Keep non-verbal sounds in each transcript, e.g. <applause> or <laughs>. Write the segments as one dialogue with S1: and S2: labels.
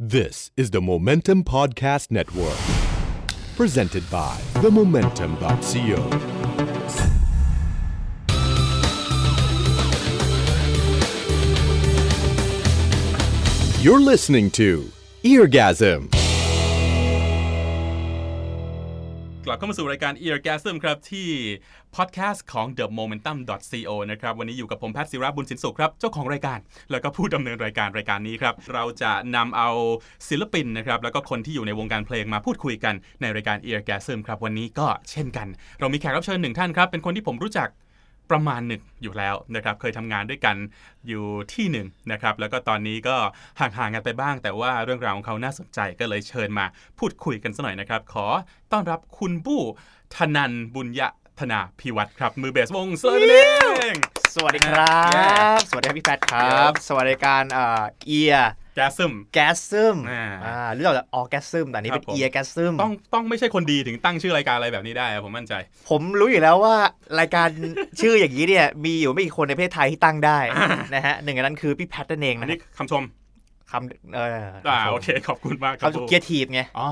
S1: This is the Momentum Podcast Network, presented by themomentum.co. โ You're listening to Eargasm.
S2: กลับเข้ามาสู่รายการ Eargasm ครับ ที่พอดแคสต์ของ The Momentum co นะครับ วันนี้อยู่กับผมแพทย์ศิระบุญสินสุขครับ เจ้าของรายการ แล้วก็ผู้ดำเนินรายการรายการนี้ครับ เราจะนำเอาศิลปินนะครับ แล้วก็คนที่อยู่ในวงการเพลงมาพูดคุยกันในรายการ Eargasm ครับ วันนี้ก็เช่นกัน เรามีแขกรับเชิญหนึ่งท่านครับ เป็นคนที่ผมรู้จัก ประมาณหนึ่งอยู่แล้วนะครับเคยทำงานด้วยกันอยู่ที่หนึ่งนะครับแล้วก็ตอนนี้ก็ห่างๆกันไปบ้าง แต่ว่าเรื่องราวของเขาน่าสนใจก็เลยเชิญมาพูดคุยกันสักหน่อยนะครับ ขอต้อนรับคุณบู้ธนันบุญยะธนาพิวัตรครับ มือเบสวงเซอร์นั่นเอง
S3: สวัสดีครับ สวัสดีครับพี่แพทครั
S2: ครับ บ
S3: สวัสดีการเอ่อเอีย
S2: แกซึม
S3: แกซึม
S2: อ่า
S3: หรือเราจะออแกซึมแต่อันนี้
S2: ครั
S3: เป็
S2: บ
S3: น
S2: ผม
S3: เอียแกซึม
S2: ต้องต้องไม่ใช่คนดีถึงตั้งชื่อรายการอะไรแบบนี้ได้อะผมมั่นใจ
S3: ผมรู้อยู่แล้วว่ารายการ ชื่ออย่างนี้เนี่ย มีอยู่ไม่กี่คนในประเทศไทยที่ตั้งได้นะฮะหนึ่งในนั้นคือพี่แพทนั่นเอง
S2: อัน
S3: นะ
S2: นี้คำชม
S3: คำเออ
S2: อ่าโอเคขอบคุณมากครับ
S3: คำสุ
S2: บู้
S3: เกียร์ทีฟไง
S2: อ่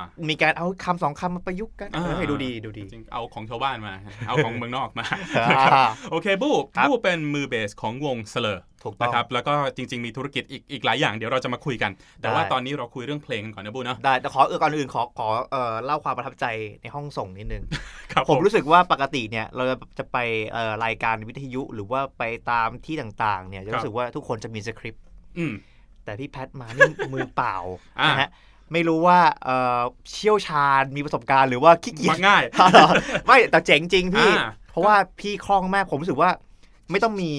S2: า
S3: มีการเอาคำสองคำมาประยุกต์กัน
S2: อ่า
S3: เออให้ดูดีดูดี
S2: จริงๆเอาของชาวบ้านมา เอาของเมืองนอกมา
S3: อ่า
S2: โอเคบู
S3: ครับ
S2: บูเป็นมือเบสของวงเสลอ
S3: ถูกต้อง
S2: นะครับแล้วก็จริง ๆ มีธุรกิจอีกอีกหลายอย่างเดี๋ยวเราจะมาคุยกัน แต่ว่า
S3: ได้
S2: ตอนนี้เราคุยเรื่องเพลงกันก่อนนะบูเนาะ
S3: ได้แต่ขอเออก่อนอื่นขอขอเอ่อเล่าความประทับใจในห้องส่งนิดนึง
S2: ครับ
S3: ผมรู้สึกว่าปกติเนี่ยเราจะไปเอ่อรายการวิทยุหรือว่าไปตามที่ต่างๆเนี่ยจะรู้สึกว่าทุกคนจะมีสคริปต์
S2: อืม
S3: แต่พี่แพทมานี่ มือเปล่า
S2: อ่าน
S3: นะฮะไม่รู้ว่าเอ่อเชี่ยวชาญมีประสบการณ์หรือว่าขี้เกีย
S2: มั
S3: จ
S2: กง่าย
S3: อ๋อเหรอไม่แต่เจ๋งจริงพี่
S2: อ่า
S3: เพราะว่าพี่คล่องมากผมรู้สึกว่าไม่ต้องมี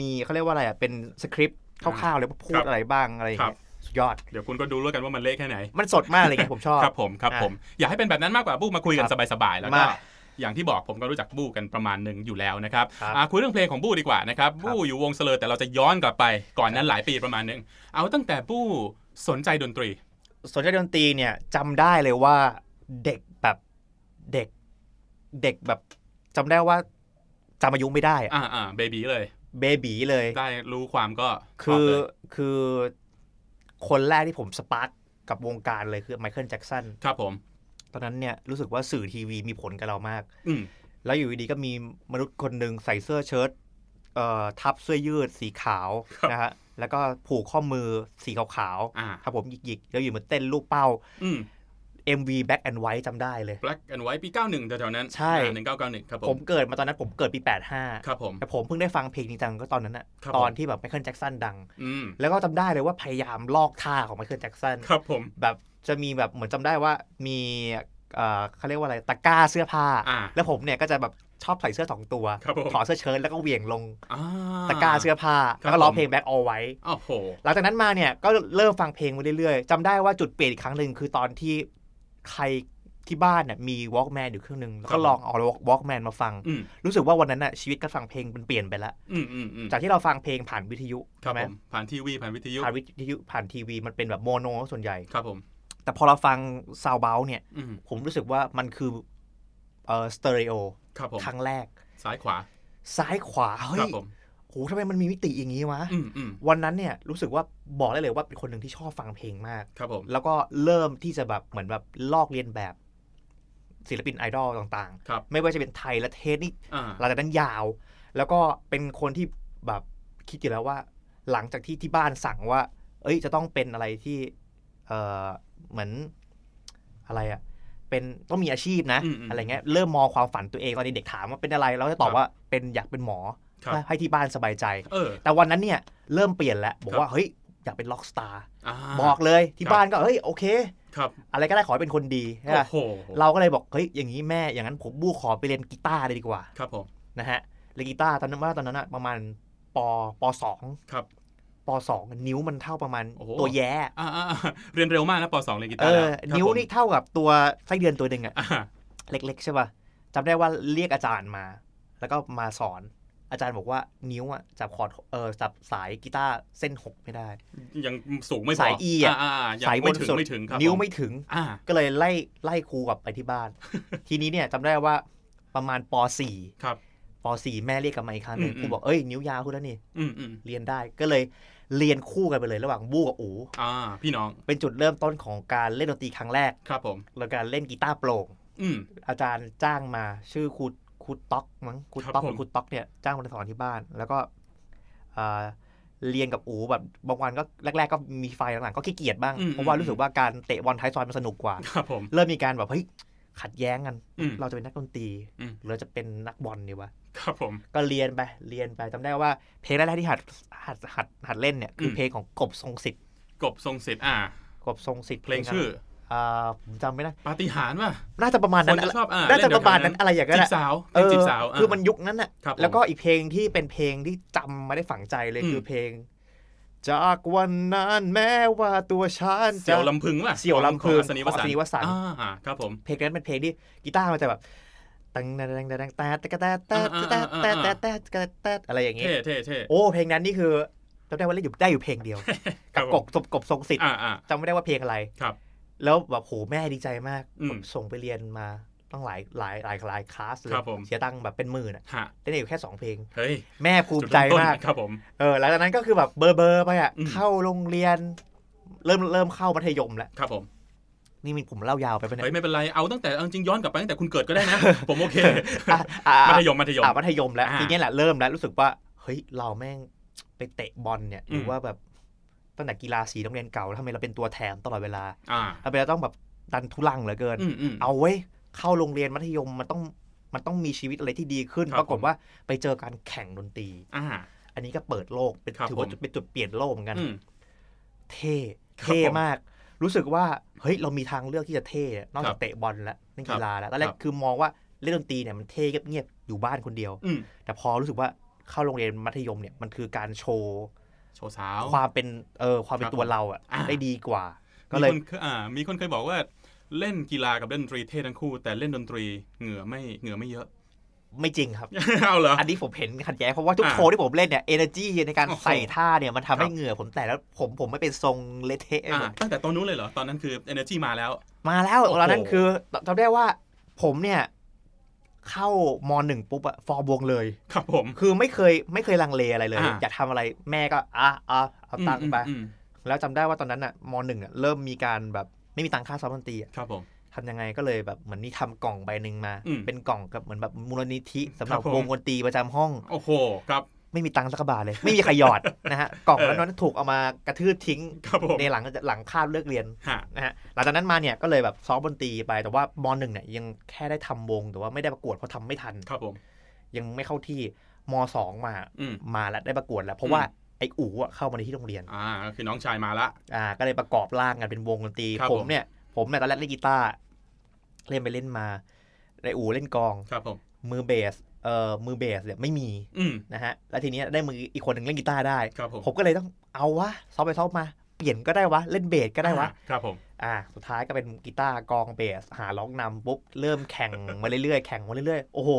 S3: มีเขาเรียกว่าอะไรอ่ะเป็นสคริปต์คร่าวๆเลยว่าพูดอะไรบ้างอะไรอย่างเงี้ยสุดยอด
S2: เดี๋ยวคุณก็ดูแล้วกันว่ามันเละแค่ไหน
S3: มันสดมากเลยไงผมชอบ
S2: ครับผมครับผมอยากให้เป็นแบบนั้นมากกว่าบูมาคุยกัน
S3: ครับ
S2: สบายๆแล้วก็
S3: มา
S2: อย่างที่บอกผมก็รู้จักบูกันประมาณหนึ่งอยู่แล้วนะครับ
S3: ครับ
S2: อ่ะคุยเรื่องเพลงของบูดีกว่านะครับ
S3: ครับ
S2: บูอยู่วงเสลอแต่เราจะย้อนกลับไปก่อนนั้นหลายปีประมาณหนึ่งเอาตั้งแต่บูสนใจดนตรี
S3: สนใจดนตรีเนี่ยจำได้เลยว่าเด็กแบบเด็กเด็กแบบจำได้ว่าจำอายุไม่ได้อะ
S2: อ่าอ่าเบบีเลย
S3: เบบีเลย
S2: ได้รู้ความก็ช
S3: คื
S2: อบ
S3: อ
S2: เลย
S3: คือคนแรกที่ผมสปาร์กกับวงการเลยคือไมเคิลแจ็กสัน
S2: ครับผม
S3: ตอนนั้นเนี่ยรู้สึกว่าสื่อทีวีมีผลกับเรามาก
S2: อืม
S3: แล้วอยู่ดีๆก็มีมนุษย์คนหนึ่งใส่เสื้อเชิ้ตเอ่อทับเสื้อยืดสีขาวนะฮะแล้วก็ผูกข้อมือสีขาว
S2: อ่า
S3: ๆครับผมหยิกๆแล้วอยู่มาเต้นลูกเป้า
S2: อืม
S3: MV Black and White จำได้เลย
S2: Black and White ปี 91แถวๆนั้น
S3: ใช่
S2: อ่า1991 ครับผ
S3: ผม มเกิดมาตอนนั้นผมเกิดปี
S2: ครับผม
S3: 85 แต่ผมเพิ่งได้ฟังเพลงจริงจังก็ตอนนั้นอะ
S2: ครับ
S3: ตอ
S2: ผ
S3: น
S2: ม
S3: ที่แบบไมเคิลแจ็กสันดัง
S2: อืม
S3: แล้วก็จำได้เลยว่าพยายามลอกท่าของไมเคิลแจ็กสัน
S2: ครับผม
S3: แบบจะมีแบบเหมือนจำได้ว่ามีเอ่อเขาเรียกว่าอะไรตะกร้าเสื้อผ้า
S2: อ่า
S3: แล้วผมเนี่ยก็จะแบบชอบใส่เสื้อสองตัว
S2: ครับผม
S3: ถอดเสื้อเชิ้ตแล้วก็เหวี่ยงลง
S2: อ่า
S3: ตะกร้าเสื้อผ้า
S2: ครับ
S3: แล้วก็ร้อง
S2: ผม
S3: เพลง Back All White
S2: โอ้โห
S3: หลังจากนั้นมาเนี่ยก็เริ่มฟังเพลงมาเรื่อยๆจำได้ว่าจุดเปลี่ยนอีกครั้งหนึ่งคือตอนที่ใครที่บ้านเนี่ยมี Walkman อยู่เครื่องหนึ่งแล้ว
S2: ครั
S3: ก็
S2: บ
S3: ลองเอา Walkman มาฟัง
S2: อืม
S3: รู้สึกว่าวันนั้นน่ะชีวิตการฟังเพลงมันเปลี่ยนไปละ
S2: อืมอืมอืม
S3: จากที่เราฟังเพลงผ่านวิทยุ
S2: ครับ
S3: ใช่ไหม
S2: ผม ผ่านทีวี ผ่านวิทยุ
S3: ผ่านวิทยุผ่านทีวีมันเป็นแบบโมโนส่วนใหญ่
S2: ครับผม
S3: แต่พอเราฟังซาวเบลเนี่ย
S2: อืม
S3: ผมรู้สึกว่ามันคือเอ่อสเตอริโอ
S2: ครับผม
S3: ครั้งแรก
S2: ซ้ายขวา
S3: ซ้ายขวา เฮ้
S2: ครั
S3: ย
S2: บผม
S3: โหทำไมมันมีมิติอย่างนี้วะ
S2: อืมอืม
S3: วันนั้นเนี่ยรู้สึกว่าบอกได้เลยว่าเป็นคนหนึ่งที่ชอบฟังเพลงมาก
S2: ครับผม
S3: แล้วก็เริ่มที่จะแบบเหมือนแบบลอกเลียนแบบ ศิลปินไอดอลต่าง
S2: ครับ
S3: ๆ ไม่ว่าจะเป็นไทยและเทสนี่
S2: อ่า
S3: หลังจากนั้นยาว แล้วก็เป็นคนที่แบบคิดอยู่แล้วว่า หลังจากที่ที่บ้านสั่งว่า เอ้ยจะต้องเป็นอะไรที่เออเหมือนอะไรอะเป็นต้องมีอาชีพนะ
S2: อืมอืม
S3: ไรเงี้ยเริ่มมองความฝันตัวเองตอนเด็กๆถามว่าเป็นอะไรเราก็จะตอบว่าเป็นอยากเป็นหมอ
S2: ครับ
S3: เพื่อให้ที่บ้านสบายใจ
S2: เออ
S3: แต่วันนั้นเนี่ยเริ่มเปลี่ยนแล้วบอก
S2: ครับ
S3: ว่าเฮ้ยอยากเป็นล็อกสตาร์
S2: อ่า
S3: บอกเลยที่บ้านก็เฮ้ยโอเค
S2: ครับ
S3: อะไรก็ได้ขอให้เป็นคนดีใช่
S2: โอ้
S3: ปะ
S2: โห
S3: เราก็เลยบอกเฮ้ยอย่างนี้แม่อย่างนั้นผมบู้ขอไปเรียนกีตาร์เลยดีกว่า
S2: ครับผม
S3: นะฮะเลนกีตาร์ตอนนั้นว่าตอนนั้นอะประมาณปปสอง
S2: ครับ
S3: ปสองนิ้วมันเท่าประมาณ
S2: โอ้โห
S3: ตัวแย่
S2: อ่าอ่าอ่าเรียนเร็วมากนะปสองเรียนกี
S3: เอ
S2: ตาร์
S3: อ
S2: แล้วครับ
S3: นิ้ว
S2: ผม
S3: นี่เท่ากับตัวไส้เดือนตัวหนึ่งอะ
S2: อ่า
S3: เล็ก ๆ ใช่ป่ะจำได้ว่าเรียกอาจารย์มา แล้วก็มาสอนอาจารย์บอกว่านิ้วอะจับคอร์ดเออจับสายกีตาร์เส้นหกไม่ได้
S2: ยังสูงไม่พ
S3: สาย E อะ
S2: าายัง
S3: สายบ
S2: ไม่
S3: น
S2: ถึง
S3: สุด
S2: ไม่ถึงครับ
S3: นิ้ว
S2: ผ
S3: ไม่ถึง
S2: อ่า
S3: ก็เลยไล่
S2: <laughs>
S3: ไล่ครูกลับไปที่บ้าน ทีนี้เนี่ยจำได้ว่าประมาณปสี่
S2: ครับ
S3: ป .4 แม่เรียกกลับมาอีกครั้งหนึ่ง
S2: อืม
S3: ครูบอกเอ้ยนิ้วยาวคุณแล้วนี่
S2: อืมอืม
S3: เรียนได้ก็เลยเรียนคู่กันไปเลยระหว่างบู้กับอู
S2: อ่าพี่น้อง
S3: เป็นจุดเริ่มต้นของการเล่นดนตรีครั้งแรก
S2: ครับผม
S3: แล้วการเล่นกีตาร์โปร่ง
S2: อืม
S3: อาจารย์จ้างมาชื่อครูครูต๊อกมั้งครูต๊อก
S2: ครับผม
S3: หรือครูต๊อกเนี่ยจ้างมาสอนที่บ้าน แล้วก็อ่าเรียนกับอูแบบบางวันก็แรก ๆ ก็มีไฟหลังๆก็ขี้เกียจบ้าง
S2: อืม
S3: เพราะว่า
S2: อืม
S3: รู้สึกว่าการเตะบอลท้ายซอยมันสนุกกว่า
S2: ครับผม
S3: เริ่มมีการแบบเฮ้ยขัดแย้งกัน
S2: อืม
S3: เราจะเป็นนักดนตรี
S2: อืม
S3: หรือเราจะเป็นนักบอลดีวะ
S2: ครับผม
S3: ก็เรียนไปเรียนไปจำได้ว่าเพลงแรกๆที่หัดหัดหัดหัดเล่นเนี่ยคืออ
S2: ม
S3: เพลงของกบทรงสิทธิ์
S2: กบทรงสิทธิ์อ่า
S3: กบทรงสิทธิ์
S2: เพลงชื่อ
S3: อ่าผมจำไม่ได้
S2: ปาฏิหาริย์ป่ะ
S3: น่าจะประมาณ
S2: ค
S3: นั้น น
S2: จะชอบอ่า
S3: น่าจะ
S2: เล่เดีย
S3: ป
S2: วกั
S3: ระมาณนั้นอะไรอย่างนั้น
S2: จี
S3: แห
S2: บ
S3: ละ
S2: สาว
S3: เออ
S2: จีบสาวา
S3: คือมันยุคนั้นน่ะ
S2: ครับผม
S3: แล้วก็อีกเพลงที่เป็นเพลงที่จำมาได้ฝังใจเลย
S2: อืม
S3: คือเพลง จากวันนั้นแม้ว่าตัวฉัน
S2: เสี่ย
S3: จะ
S2: วลำพึงป่ะ
S3: เสี่ยวลำพึง
S2: ขออัศนีวสันต์
S3: ของอัศนีวสันต์
S2: อ่าอ่าครับผม
S3: เพลงนั้นเป็นเพลงที่กีตาร์มันจะแบบตังนังตังตังแต่แต่แต่แต่แต่แต่แต่แต่แต่แต่อะไรอย่างเงี้ย
S2: เท่เท่เท่
S3: โอ้เพลงนั้นนี่คือจำได้ว่าเล่นอยู่ได้อยู่เพลงเดี
S2: <laughs>
S3: ยว
S2: ครั
S3: กั
S2: บบ ผ
S3: ก
S2: ม
S3: บกบกบทรงสิทธิ์
S2: อ่าอ่า
S3: จำไม่ได้ว่าเพลงอะไร
S2: ครับ
S3: แล้วแบบโหแม่ดีใจมาก
S2: อืม
S3: แบบส่งไปเรียนมาตั้งหลายหลายหลายหลายคลาสเลย
S2: ครับผม
S3: เสียตังค์แบบเป็นหมื่นอะ
S2: ฮะ
S3: ได้อยู่แค่สองเพลง
S2: เฮ้ย
S3: แม่ภูมิใจมา
S2: ดเริ่
S3: ก
S2: ต้นครับผม
S3: เออหลังจากนั้นก็คือแบบเบอร์เบอร์ไปอ่ะ
S2: อืม
S3: เข้าโรงเรียน เริ่มเริ่มเข้ามัธยมแล้ว
S2: ครับผม
S3: นี่มีผมเล่ายาวไปปะเนี่
S2: เฮ้ย
S3: ย
S2: ไม่เป็นไรเอาตั้งแต่เอาจริงย้อนกลับไปตั้งแต่คุณเกิดก็ได้นะ
S3: <laughs>
S2: ผมโอเค
S3: อ่ะอ่ะ
S2: มั
S3: อ่ะ
S2: ธยมมัธยม
S3: อ่ะมัธยมแล้ว
S2: อ่ะ
S3: ทีเนี้ยแหละเริ่มแล้วรู้สึกว่าเฮ้ยเราแม่งไปเตะบอลเนี่ย
S2: อืม
S3: หรือว่าแบบตั้งแต่กีฬาสีโรงเรียนเก่าแล้วทำไมเราเป็นตัวแถมตลอดเวลา
S2: อ่า
S3: เราไปแล้วต้องแบบดันทุลังเหลือเกิน
S2: อืมอืม
S3: เอาเว้ยเข้าโรงเรียนมัธยมมันต้องมันต้องมีชีวิตอะไรที่ดีขึ้น
S2: ครับ
S3: ปรากฏว่าไปเจอการแข่งดนตรี
S2: อ่า
S3: อันนี้ก็เปิดโลกเป็น
S2: ครับ
S3: ถือว่า
S2: ผม
S3: เป็นจุดเปลี่ยนโลกเหมือนกัน
S2: อืม
S3: เท่
S2: ครับ
S3: เท่
S2: ผม
S3: มาก รู้สึกว่าเฮ้ยเรามีทางเลือกที่จะเท่อะนอก
S2: ครั
S3: จา
S2: บ
S3: กเตะบอลแล้วเล่น
S2: ครับ
S3: กีฬาแล้วตอนแร
S2: ค
S3: ก
S2: รับ
S3: คือมองว่าเล่นดนตรีเนี่ยมันเท่เงียบๆอยู่บ้านคนเดียว
S2: อืม
S3: แต่พอรู้สึกว่าเข้าโรงเรียนมัธยมเนี่ยมันคือการโชว์
S2: โชว์สาว
S3: ความเป็นเออความเป็
S2: ครั
S3: น
S2: บ
S3: ตัวเราอะ
S2: อ่า
S3: ได้ดีกว่า ก็
S2: มี
S3: เลย
S2: คนเคยอ่า มีคนเคยบอกว่าเล่นกีฬากับเล่นดนตรีเท่ทั้งคู่ แต่เล่นดนตรีเหงื่อไม่เหงื่อไม่เยอะ
S3: ไม่จริงครับ
S2: <laughs> เอาเหรอ
S3: อันนี้ผมเห็นขัดแย้งเพราะว่าทุก
S2: อ่า
S3: โชว์ที่ผมเล่นเนี่ยเอเนอร์จีในการ
S2: โอ้โห
S3: ใส่ท่าเนี่ยมันทำให้
S2: ครับ
S3: เหงื่อผมแต่แล้วผมผมไม่เป็นทรงเละเทะไป
S2: อ่า
S3: หมด
S2: ตั้งแต่ตอนนู้นเลยเหรอ ตอนนั้นคือ energy มาแล้ว
S3: มาแล้ว
S2: โอ้โห
S3: ตอนนั้นคือจำได้ว่าผมเนี่ยเข้ามหนึ่งปุ๊บอะฟอร์มวงเลย
S2: ครับผม
S3: คือไม่เคยไม่เคยลังเลอะไรเลย
S2: อ่า
S3: อยากทำอะไรแม่ก็อ่ะอ่ะเอาตังค์ไป
S2: อืมอืม
S3: แล้วจำได้ว่าตอนนั้นอะมหนึ่งอะเริ่มมีการแบบไม่มีตังค่าซ้อมดนตรีอะ
S2: ครับผม
S3: ทำยังไงก็เลยแบบเหมือนนี่ทำกล่องใบหนึ่งมา
S2: อืม
S3: เป็นกล่องกับเหมือนแบบมูลนิธิสำหรับ
S2: ครับผม
S3: วงดนตรีประจำห้อง
S2: โอ้โห ครับ
S3: ไม่มีตังค์สักบาทเลย ไม่มีใครหยอด <laughs> นะฮะกล่อง
S2: เออ
S3: นั้นถูกเอามากระทืบทิ้ง
S2: ครับผม
S3: ในหลังหลังคาบเลิกเรียน
S2: ฮะ
S3: นะฮะหลังจากนั้นมาเนี่ยก็เลยแบบซ้อมดนตรีไปแต่ว่ามหนึ่งเนี่ยยังแค่ได้ทำวงแต่ว่าไม่ได้ประกวดเพราะทำไม่ทัน
S2: ครับผม
S3: ยังไม่เข้าที่มสองมา
S2: อืม
S3: มาแล้วได้ประกวดแล้ว เพ
S2: อื
S3: ราะ
S2: ม
S3: ว่าไอ้อู๋อะเข้ามาในที่โรงเรียน
S2: อ่าก็คือน้องชายมาละ
S3: อ่าก็เลยประกอบร่างกันเป็นวงดนตรี
S2: ครับ
S3: ผ
S2: ผม ม
S3: เนี่ยผมเนี่ยตอนแรกเล่นกีตาร์เล่นไปเล่นมาไอ้อู๋เล่นกลอง
S2: ครับผม
S3: มือเบสเอ่อมือเบสเนี่ยไม่มี
S2: อืม
S3: นะฮะแล้วทีเนี้ยได้มืออีกคนหนึ่งเล่นกีตาร์ได้
S2: ครับผม
S3: ผมก็เลยต้องเอาวะซ้อมไปซ้อมมาเปลี่ยนก็ได้วะเล่นเบสก็ได้วะ
S2: อ่าครับผม
S3: อ่าสุดท้ายก็เป็นกีตาร์กองเบส หาร้องนำปุ๊บ เริ่มแข่ง มาเรื่อยๆ แข่งมาเรื่อยๆ โอ้โห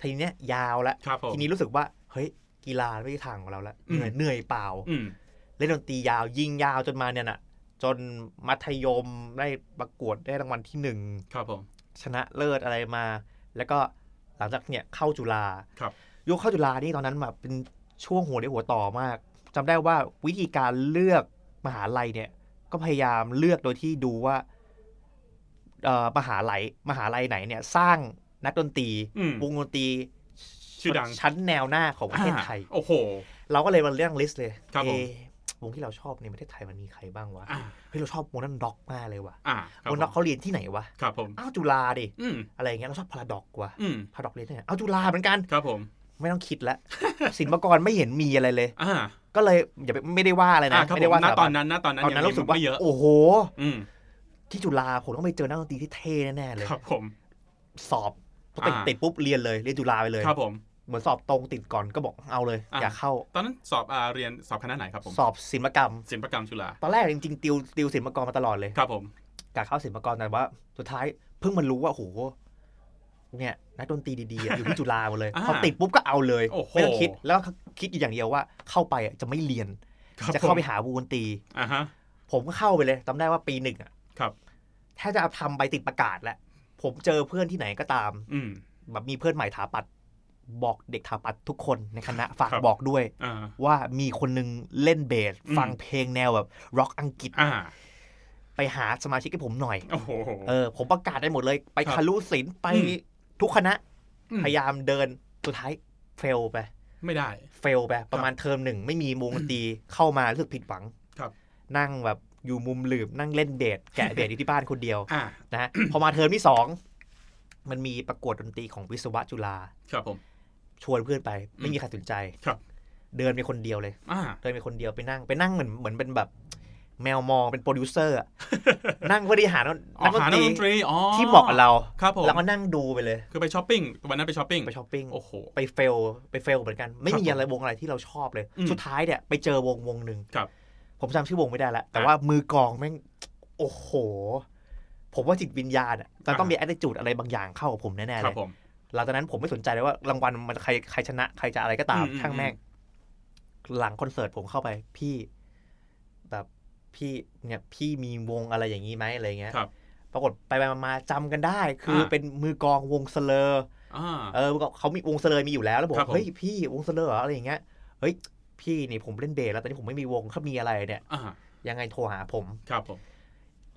S3: ทีเนี้ยยาวแล้ว
S2: ครับผม
S3: ทีนี้รู้สึกว่า เฮ้ย กีฬาไม่ใช่ทางของเราแล้ว
S2: อื
S3: เห
S2: ม
S3: นื่อยเหนื่อยเปล่า
S2: อืม
S3: เล่นดนตรียาวยิงยาวจนมาเนี่ยน่ะ จนมัธยมได้ประกวดได้รางวัลที่หนึ่ง
S2: ครับผม
S3: ชนะเลิศอะไรมา แล้วก็หลังจากเนี่ยเข้าจุฬา
S2: ครับ
S3: ยุคเข้าจุฬานี่ตอนนั้นแบบเป็นช่วงหัวเดียวหัวต่อมากจำได้ว่าวิธีการเลือกมหาลัยเนี่ย ก็พยายามเลือกโดยที่ดูว่าเอ่อมหาลัยมหาลัยไหนเนี่ยสร้างนักดนตรี
S2: อืม
S3: วงดนตรี
S2: ชื่อดัง
S3: ชั้นแนวหน้าของประเทศไทย
S2: อ่าโอ้โห
S3: เราก็เลยมาเรื่องลิสต์เลย
S2: ครับผม
S3: เอะวงที่เราชอบในประเทศไทยมันมีใครบ้างวะ
S2: อ่า
S3: เฮ้ยเราชอบวงนั้นด็อกมากเลยว่ะ
S2: อ่าครับ
S3: ว
S2: ผ
S3: ง
S2: ม
S3: ด็อกเขาเรียนที่ไหนวะ
S2: ครับผม
S3: อ้าวจุฬาดิ
S2: อืม
S3: อะไรอย่างเงี้ยเราชอบพาราดอกว่ะ
S2: อืม
S3: พาราดอกเรียนที่ไหนอ้าวจุฬาเหมือนกัน
S2: ครับผม
S3: ไม่ต้องคิด
S2: <laughs>
S3: ละ ศิลปากรไม่เห็นมีอะไรเลย
S2: อ่า
S3: ก็เลยอย่าไปไม่ได้ว่าอะไร
S2: อ่า
S3: นะครับ ไม่
S2: ผ
S3: ได้
S2: ม
S3: ว่า
S2: ณ
S3: สถา
S2: ต
S3: บั
S2: อนนั้นณตอนนั้น
S3: ตอน
S2: ยัง
S3: นั้นรู้สึกว่า
S2: ไม่เยอะ
S3: โอ้โห
S2: อืม
S3: ที่จุฬาผมต้องไปเจอนักดนตรีที่เท่แน่ๆเลย
S2: ครับผม
S3: สอบพอติด
S2: อ่า
S3: ติดปุ๊บเรียนเลยเรียนจุฬาไปเลย
S2: ครับผม
S3: เหมือนสอบตรงติดก่อนก็บอกเอาเลย
S2: อ่า
S3: อยากเข้า
S2: ตอนนั้นสอบอ่าเรียนสอบคณะไหนครับผม
S3: สอบศิลปกรรม
S2: ศิลปกรรมจุฬา
S3: ตอนแรกจริงๆติวติวศิลปากรมาตลอดเลย
S2: ครับผม
S3: กะเข้าศิลปากรแต่ว่าสุดท้ายเพิ่งมันรู้ว่าโอ้โหเนี่ยนักดนตรีดีๆอะอยู่ที่จุฬาหมดเลย
S2: อ่า
S3: พอติดปุ๊บก็เอาเลย
S2: โอ้โห
S3: ไม่ต้องคิดแล้วก็คิดอยู่อย่างเดียวว่าเข้าไปอะจะไม่เรียน
S2: ครับผ
S3: จะเข้าม ไปหาวงดนตรี
S2: อ่าฮะ
S3: ผมก็เข้าไปเลยจำได้ว่าปีหนึ่งอ่ะ
S2: ครับ
S3: แทบจะทำใบติดประกาศแล้วผมเจอเพื่อนที่ไหนก็ตาม
S2: อืม
S3: แบบมีเพื่อนใหม่ถาปัด บอกเด็กถาปัดทุกคนในคณะฝาก
S2: ครับ
S3: บอกด้วย
S2: อ่า
S3: ว่ามีคนนึงเล่นเบส
S2: อืม
S3: ฟังเพลงแนวแบบร็อกอังกฤษ
S2: อ่า
S3: ไปหาสมาชิกให้ผมหน่อย
S2: โอ้โห
S3: เออ ผมประกาศได้หมดเลย ไป
S2: ครับ
S3: คารุศิลป์ไป
S2: อืม
S3: ทุกคณะ
S2: อืม
S3: พยายามเดินสุดท้ายเฟลไป
S2: ไม่ได้
S3: เฟลไปประมาณเทอมหนึ่งไม่มีวงดนตรีเข้ามารู้สึกผิดหวัง
S2: ครับ
S3: นั่งแบบอยู่มุมหลืบนั่งเล่นเบสแกะเบสอยู่ที่บ้านคน
S2: <coughs>
S3: เดียว
S2: อ่า
S3: นะฮะ พอมาเทอมที่สองมันมีประกวดดนตรีของวิศวะจุฬา
S2: ครับผม
S3: ชวนเพื่อนไปไม่มีใครสนใจ
S2: ครับ
S3: เดินไปคนเดียวเลย
S2: อ่า
S3: เดินไปคนเดียวไปนั่งไปนั่งเหมือนเหมือนเป็นแบบ แมวมองเป็นโปรดิวเซอ
S2: <laughs>
S3: ร์อะ นั่งเพื่อที่หา
S2: อ๋อหานักดนตรีอ๋อ
S3: ที่เหมาะกับเรา
S2: ครับผม
S3: แล้วก็นั่งดูไปเลย
S2: คือไปช้อปปิ้งวันนั้นไปช้อปปิ้ง
S3: ไปช้อปปิ้ง
S2: โอ้โห
S3: ไปเฟลไปเฟลเหมือนกัน ไม่มี
S2: ครับผม
S3: อะไรวงอะไรที่เราชอบเลย
S2: อืม
S3: สุดท้ายเนี่ยไปเจอวงวงหนึ่ง
S2: ครับ
S3: ผมจำชื่อวงไม่ได้ละแต่
S2: อ่ะ
S3: ว่ามือกลองแม่งโอ้โห ผมว่าจิตวิญญาณอะมันต้อง
S2: อ่ะ
S3: มี attitude อะไรบางอย่างเข้ากับผมแน่ๆ
S2: ค
S3: เล
S2: รับ
S3: ย
S2: ผม
S3: หลังจากนั้นผมไม่สนใจเลยว่ารางวัลมันใครใครชนะ ใครจะอะไรก็ตาม
S2: อืม
S3: ช่างแม่งหลังคอนเสิร์ตผมเข้าไป พี่แบบพี่เนี่ยพี่มีวงอะไรอย่างนี้ไหมอะไรเงี้ย
S2: ครับ
S3: ปรากฏไปไปมาๆจำกันได้ คืออะ เป็นมือกลองวงสเลอร์
S2: อ่า
S3: เออเขามีวงเสลยมีอยู่แล้ว แล้วบอก
S2: ครับผม
S3: เฮ้ยพี่วงเสลยเหรออะไรอย่างเงี้ยเฮ้ยพี่นี่ผมเล่นเบสแล้วตอนนี้ผมไม่มีวงเขามีอะไรเนี่ย
S2: อ่า
S3: ยังไงโทรหาผม
S2: ครับผม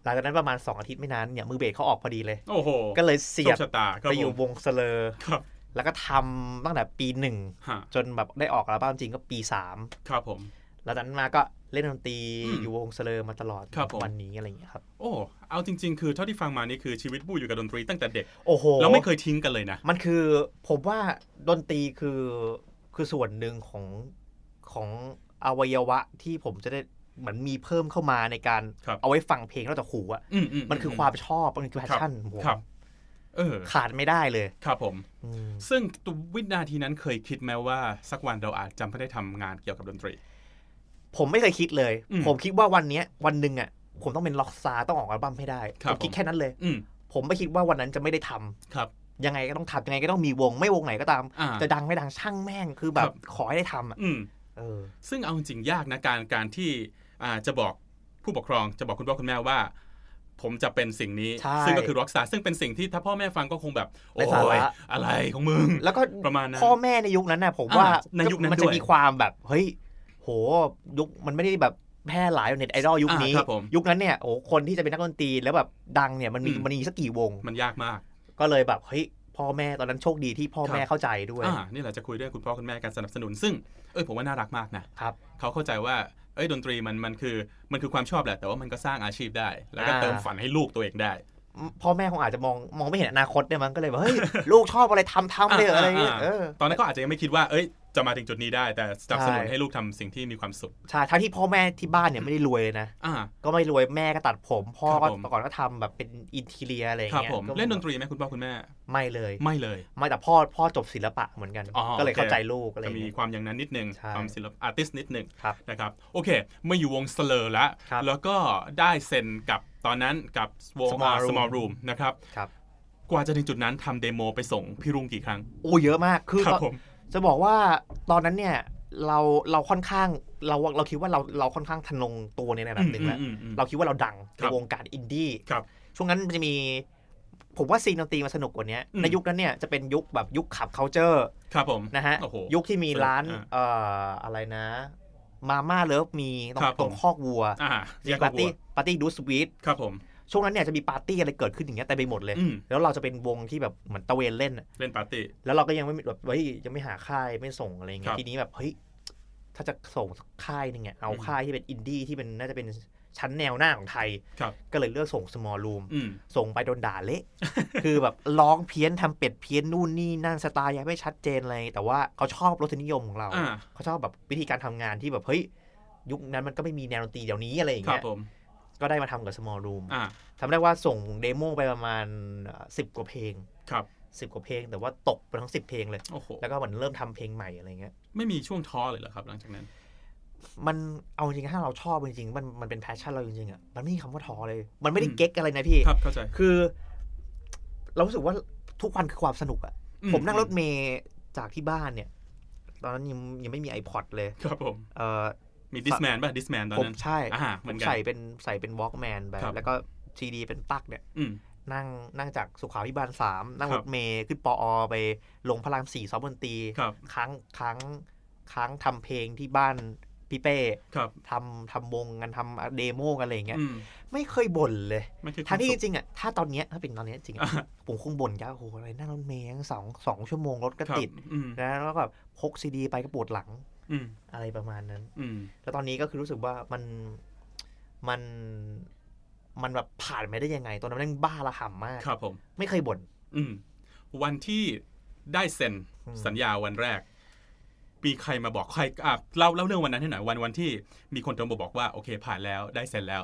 S3: หลังจากนั้นประมาณ 2 อาทิตย์ไม่นานเนี่ยมือเบสเขาออกพอดีเลย
S2: โอ้โห
S3: ก็เลยเสียบ
S2: โชคชะตาครับ
S3: ไปอยู่
S2: ผม
S3: วงเสลย
S2: ครับ
S3: แล้วก็ทำตั้งแต่ปีหนึ่ง
S2: ฮะ
S3: จนแบบได้ออกอัลบั้มจริงก็ปีสาม
S2: ครับผม
S3: แล้วจากนั้นมาก็เล่นดนตรี
S2: อืม
S3: อยู่วงเสลยมาตลอด
S2: ครับผม
S3: วันนี้อะไรอย่างเงี้ยครับ
S2: โอ้เอาจริง ๆ คือเท่าที่ฟังมานี่คือชีวิตบู้อยู่กับดนตรีตั้งแต่เด็ก
S3: โอ้โห
S2: แล้วไม่เคยทิ้งกันเลยนะ
S3: มันคือผมว่าดนตรีคือคือส่วนหนึ่งของของอวัยวะที่ผมจะได้เหมือนมีเพิ่มเข้ามาในการ
S2: ครับ
S3: เอาไว้ฟังเพลงนอกจากหูอะ
S2: อืมอื
S3: มันคือความชอบ มันคือแพชชั่นผม
S2: ครับ เออ
S3: ขาดไม่ได้เลย
S2: ครับผม
S3: อืม
S2: ซึ่งตัววินาทีนั้นเคยคิดไหมว่าสักวันเราอาจจะไม่ได้ทำงานเกี่ยวกับดนตรี
S3: ผมไม่เคยคิดเลย
S2: อืม
S3: ผมคิดว่าวันเนี้ยวันหนึ่งอะผมต้องเป็นล็อกซาร์ต้องออกอัลบั้มให้ได้
S2: ครับ
S3: ผมคิด
S2: ผม
S3: แค่นั้นเลย
S2: อืม
S3: ผมไม่คิดว่าวันนั้นจะไม่ได้ทำ
S2: ครับ
S3: ยังไงก็ต้องทำยังไงก็ต้องมีวงไม่วงไหนก็ตาม
S2: อ่า
S3: จะดังไม่ดังช่างแม่งคือแบ
S2: ครับ บ
S3: ขอให้ได้ทำอะ
S2: อืม
S3: เออ
S2: ซึ่งเอาจริงๆยากนะการการที่อ่าจะบอกผู้ปกครองจะบอกคุณพ่อคุณแม่ว่า ผมจะเป็นสิ่งนี้
S3: ใช่
S2: ซึ่งก็คือร็อกสตาร์ซึ่งเป็นสิ่งที่ถ้าพ่อแม่ฟังก็คงแบบ โอ้
S3: ไร้สาระ
S2: ยอะไรของมึง
S3: แล้วก็
S2: ประมาณนั้น
S3: พ่อแม่ในยุคนั้นน่ะผม
S2: อ่า
S3: ว่า
S2: ในยุคนั้น
S3: มั
S2: ด้
S3: จะ
S2: วย
S3: มีความแบบเฮ้ยโหยุคมันไม่ได้แบบแพร่หลายเน็ตไอดอลยุคนี้
S2: อ่าครับผม
S3: ยุคนั้นเนี่ยโอ้คนที่จะเป็นนักดนตรีแล้วแบบดังเนี่ยมันมี
S2: อืม
S3: มันมีสักกี่วง
S2: มันยากมาก
S3: ก็เลยแบบเฮ้ยพ่อแม่ตอนนั้นโชคดีที่พ่อแม่
S2: ครับ
S3: เข้าใจด้วย
S2: อ่านี่แหละจะคุยเรื่องคุณพ่อคุณแม่การสนับสนุน ซึ่งเอ้ยผมว่าน่ารักมากนะครับ เขาเข้าใจว่าเอ้ยดนตรีมันมันคือมันคือความชอบแหละแต่ว่ามันก็สร้างอาชีพได้ แล้วก็
S3: อ่า
S2: เติมฝันให้ลูกตัวเองได้
S3: พ่อแม่คงอาจจะมองมองไม่เห็นอนาคตเนี่ยมันก็เลยแบบเฮ้ย ลูกชอบอะไรทำทำไปเลย
S2: อ่า
S3: อะไรอย่างเงี้ย
S2: อ่า
S3: เออ
S2: ตอนนั้นก็อาจจะยังไม่คิดว่า เอ้ยจะมาถึงจุดนี้ได้ แต่สนับสนุน
S3: ใช่
S2: ให้ลูกทำสิ่งที่มีความสุข
S3: ใช่ทั้งที่พ่อแม่ที่บ้านเนี่ยไม่ได้รวยเลยนะ
S2: อ่า
S3: ก็ไม่รวยแม่ก็ตัดผมพ่อ
S2: ครั
S3: ก็
S2: บผม
S3: แต่ก่อนก็ทำแบบเป็นอินทีเรียอะไรอย่าง
S2: ครับ
S3: เงี้ย
S2: ผม
S3: ก็
S2: เล่นดนตรีไหมคุณพ่อคุณแม่
S3: ไม่เลย
S2: ไม่เลย
S3: ไม่แต่พ่อพ่อจบศิลปะเหมือนกัน
S2: อ๋อ
S3: ก็เลย
S2: โอเค
S3: เข้าใจลูกอะไรอ
S2: จะ
S3: ย่าง
S2: มี
S3: เงี้ย
S2: ความอย่างนั้นนิดนึง
S3: ใช่
S2: ความศิลปอาร์ติสนิดนึง
S3: ครับ
S2: นะครับ โอเคมาอยู่วงเสลอร์แล้ว
S3: ครับ
S2: แล้วก็ได้เซ็นกับตอนนั้นกับวง
S3: Small
S2: อ่า
S3: Room
S2: small room นะครับ
S3: ครับ
S2: กว่าจะถึงจุดนั้นทำเดโมไปส่งพี่รุ่งกี่ครั้ง
S3: โอ้เยอะมาก คือ
S2: ครับ
S3: ตอน
S2: ผม
S3: จะบอกว่าตอนนั้นเนี่ยเราเราค่อนข้างเราเราคิดว่าเราเราค่อนข้างทะนงตัวในระดับหนึ่งแล้ว
S2: อืมอืมอืม
S3: เราคิดว่าเราดัง
S2: ค
S3: ใน
S2: รับ
S3: วงการอินดี้
S2: ครับ
S3: ช่วงนั้นมันจะมี ผมว่าซีนดนตรีมันสนุกกว่านี้
S2: อืม
S3: ในยุคนั้นเนี่ยจะเป็นยุคแบบยุคขับเคาเจอร์
S2: ครับผม
S3: นะฮะ
S2: โอ้โห
S3: ยุคที่มีร้าน
S2: อ่า
S3: เอ่ออะไรนะ มาม่าเลิฟมีตรง
S2: ครับผม
S3: ตรงคอกวัว
S2: อ่าแยก
S3: ปาร์
S2: วั
S3: ตี้
S2: ว
S3: ปาร์ตี้ดูสวีท
S2: ครับผม
S3: ช่วงนั้นเนี่ยจะมีปาร์ตี้อะไรเกิดขึ้นอย่างเงี้ยแต่ไปหมดเลย
S2: อืม
S3: แล้วเราจะเป็นวงที่แบบเหมือนตะเวนเล่นอะ
S2: เล่นปาร์ตี้
S3: แล้วเราก็ยังไม่แบบเฮ้ยยังไม่หาค่ายไม่ส่งอะไรอย่างเงี้
S2: ครับ
S3: ยทีนี้แบบเฮ้ยถ้าจะส่งสักค่ายหนึงเนี่ยเอา
S2: อืม
S3: ค่ายที่เป็นอินดี้ที่เป็นน่าจะเป็นชั้นแนวหน้าของไทย
S2: ครับ
S3: ก็เลยเลือกส่ง small room
S2: อืม
S3: ส่งไปโดนด่าเละ <laughs> คือแบบร้องเพี้ยนทำเป็ดเพี้ยนนู่นนี่นั่นสไตล์ยังไม่ชัดเจนเลย แต่ว่าเขาชอบรสนิยมของเรา
S2: อ่า
S3: เขาชอบแบบวิธีการทำงานที่แบบเฮ้ยยุคนั้นมันก็ไม่มีแนวดนตรีเดี๋ยวนี้อะไรอย่าง
S2: ครับ
S3: เงี้ย
S2: ผม
S3: ก็ได้มาทำกับ small room
S2: อ่า
S3: ทำได้ว่าส่งเดโมไปประมาณสิบกว่าเพลง
S2: ครับ
S3: สิบกว่าเพลง แต่ว่าตกไปทั้งสิบเพลงเลย
S2: โอ้โห
S3: แล้วก็เหมือนเริ่มทำเพลงใหม่อะไรเงี้ย
S2: ไม่มีช่วงท้อเลยเหรอครับ หลังจากนั้น
S3: มันเอาจริงๆถ้าเราชอบจริงๆ มันมันเป็นแพชชั่นเราจริงๆอ่ะ มันไม่มีคำว่าท้อเลย มันไม่ได้
S2: อืม
S3: เก๊กอะไรนะพี่
S2: ครับเข้าใจ
S3: คือ เรารู้สึกว่าทุกวันคือความสนุกอ่ะ
S2: อื
S3: ผมนั่งรถเมย์จากที่บ้านเนี่ย ตอนนั้นยังยังไม่มี iPod เลย
S2: ครับผม
S3: เออ
S2: มีดิสแมนป่ะดิสแมนตอน
S3: ผม
S2: นั้น
S3: ใช่
S2: อ่าเห
S3: ผ
S2: มือ
S3: ม
S2: นกัน
S3: ใส่เป็นใส่เป็นวอล์กแมนไป
S2: ครับ
S3: แล้วก็ซีดีเป็นปลั๊กเนี่ย
S2: อืม
S3: นั่งนั่งจากสุขาพิบาลสามนั่ง
S2: ครั
S3: ร
S2: บ
S3: ถเมย์ขึ้นปออไปลงพระรามสี่ซ้อมดนตรี
S2: ครับ
S3: ค้างค้างค้างทำเพลงที่บ้านพี่เป้
S2: ครับ
S3: ทำทำวงกันทำเดโมกันอะไรอย่างเงี้ย
S2: อืม
S3: ไม่เคยบ่นเลย
S2: ไม่ใช่
S3: ทั้งที่จ
S2: วามสุข
S3: ริงๆอ่ะถ้าตอนเนี้ยถ้าเป็นตอนเนี้ยจริงอะ
S2: อ่ะ
S3: ผมคงบ่นยาวโอ้โหอะไรนั่งรถเมย์สองสองชั่วโมงรถก็
S2: ครับ
S3: ติด
S2: อืม
S3: นะแล้วก็แบบพกซีดีไปก็ปวดหลัง
S2: อืม
S3: อะไรประมาณนั้น
S2: อืม
S3: แล้วตอนนี้ก็คือรู้สึกว่ามันมันมันแบบผ่านไปได้ยังไง ตอนนั้นแม่งบ้าระห่ำมาก
S2: ครับผม
S3: ไม่เคยบ่น
S2: อืม วันที่ได้เซ็น
S3: อืม
S2: สัญญาวันแรก มีใครมาบอกใครอ่ะเล่าเล่าเรื่องวันนั้นให้หน่อยวันวันที่มีคนโทรมาบอกว่าโอเคผ่านแล้วได้เซ็นแล้ว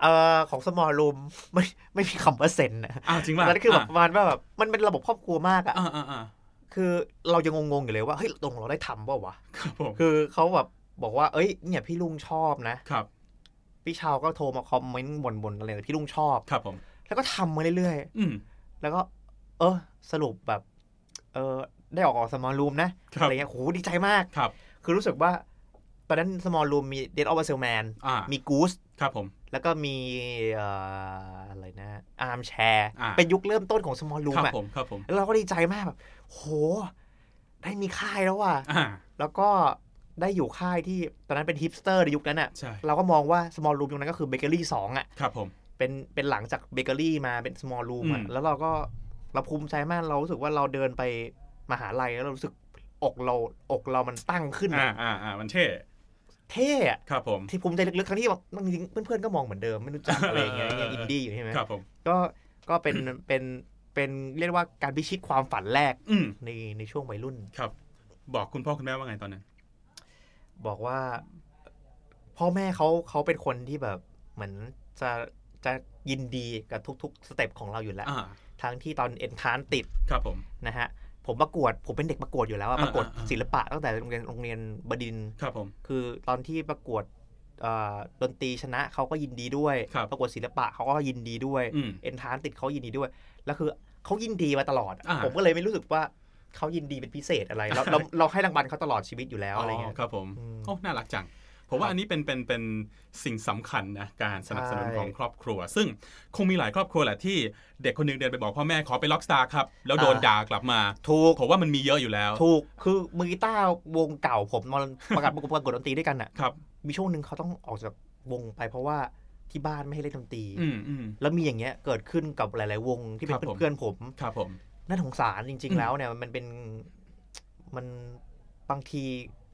S3: เอ่อของสมอลรูม <laughs> ไม่ไม่มีคำว่าเซนนะ
S2: อ้าวจริง
S3: ตอ
S2: ป่ะ
S3: นนั้นคือแบบประมาณว่าแบบมันเป็นระบบครอบครัวมากอะ
S2: อ่าอ่าอ่า
S3: คือเรายังงงๆอยู่เลยว่าเฮ้ยตรงเราได้ทำเปล่าวะ
S2: ครับผม
S3: คือเขาแบบบอกว่าเอ้ยเนี่ยพี่ลุงชอบนะ
S2: ครับ
S3: พี่ชาวก็โทรมาคอมเมนต์บ่นๆอะไรแต่พี่ลุงชอบ
S2: ครับผม
S3: แล้วก็ทำมาเรื่อย
S2: อืม
S3: ๆ แล้วก็ เออสรุปแบบ เออได้ออกออกสมอลรูมนะครับ อะไรเงี้ยโหดีใจมาก
S2: ครับ
S3: คือรู้สึกว่า ตอนนั้นสมอลรูมมีเดดออฟเซลแมน
S2: อ่า
S3: มีกูส
S2: ครับผม
S3: แล้วก็มีเอ่ออะไรนะอาร์มแชร์
S2: อ่า
S3: เป็นยุคเริ่มต้นของสมอลรู
S2: ครั
S3: ม
S2: บ
S3: อ่ะ
S2: ผมครับผม
S3: แล้วเราก็ดีใจมากแบบโห ได้มีค่ายแล้วว่ะ
S2: อ่า
S3: แล้วก็ได้อยู่ค่ายที่ตอนนั้นเป็นฮิปสเตอร์ในยุคนั้นอ่ะ
S2: ใช่
S3: เราก็มองว่าสมอลรูมยุคนั้นก็คือเบเกอรี่สองอ่ะ
S2: ครับผม
S3: เป็นเป็นหลังจากเบเกอรี่มาเป็นสมอลรูม
S2: อื
S3: อ่ะ
S2: ม
S3: แล้วเราก็เราภูมิใจมากเรารู้สึกว่าเราเดินไปมหาลัยแล้วเรารู้สึกอกเราอกเรามันตั้งขึ้น
S2: อ่า
S3: อะ
S2: อ่าอ่ามันเท่
S3: เท่อะ
S2: ครับผม
S3: ที่ภูมิใจลึกๆครั้งที่แบบจริงๆเพื่อนๆก็มองเหมือนเดิมไม่รู้จักอะไรอย่างเงี้ย
S2: เออ
S3: ยังอินดี้อยู่ใช่ไหม
S2: ครับผม
S3: ก็ก็เป็นเป็นเป็นเรียกว่าการพิชิตความฝันแรก
S2: อืม
S3: ในในช่วงวัยรุ่น
S2: ครับ บอกคุณพ่อคุณแม่ว่าไงตอนนั้น
S3: บอกว่า พ่อแม่เขาเขาเป็นคนที่แบบเหมือนจะจะยินดีกับทุกๆสเต็ปของเราอยู่แล้ว
S2: อ่า
S3: ทั้งที่ตอนเอ็นทานติด
S2: ครับผม
S3: นะฮะผมประกวดผมเป็นเด็กประกวดอยู่แล้วอะ
S2: อ่า
S3: ประกวด
S2: อ่าอ่า
S3: ศิลปะตั้งแต่โรงเรียนโรงเรียนบดินทร์
S2: ครับผม
S3: คือตอนที่ประกวดเอ่อดนตรีชนะเขาก็ยินดีด้วย
S2: ครับ
S3: ประกวดศิลปะเขาก็ยินดีด้วย
S2: อืม
S3: เอนทานติดเขายินดีด้วย แล้วคือเขายินดีมาตลอดอะ
S2: อ่า
S3: ผมก็เลยไม่รู้สึกว่าเขายินดีเป็นพิเศษอะไร เราเราเราให้รางวัลเขาตลอดชีวิตอยู่แล้วอะไรเงี้ย
S2: ครับผม
S3: อืม
S2: โอ้น่ารักจัง ผมว่าอันนี้เป็นเป็นเป็นสิ่งสำคัญนะการสนับสนุน
S3: ใช่
S2: ของครอบครัว ซึ่งคงมีหลายครอบครัวแหละที่เด็กคนหนึงเดินไปบอกพ่อแม่ขอไปนล็อกสตาร์ครับ แล้วโดนด่ากลับมา
S3: ถูก
S2: ผมว่ามันมีเยอะอยู่แล้ว
S3: ถูกคือมือกีตาร์วงเก่าผมมาประกาศประกวดประกวดดนตรีด้วยกันอ่ะ
S2: ครับ
S3: มีช่วงหนึ่งเขาต้องออกจากวงไปเพราะว่าที่บ้านไม่ให้เล่นดนตรี
S2: อืมอืม
S3: แล้วมีอย่างเงี้ยเกิดขึ้นกับหลาย ๆ วงที่เป็
S2: ค
S3: น
S2: รับผม
S3: เพื่อนๆผม
S2: ครับผม
S3: น่าสงสารจริง
S2: อืม
S3: ๆ แล้วเนี่ยมันเป็นมันบางที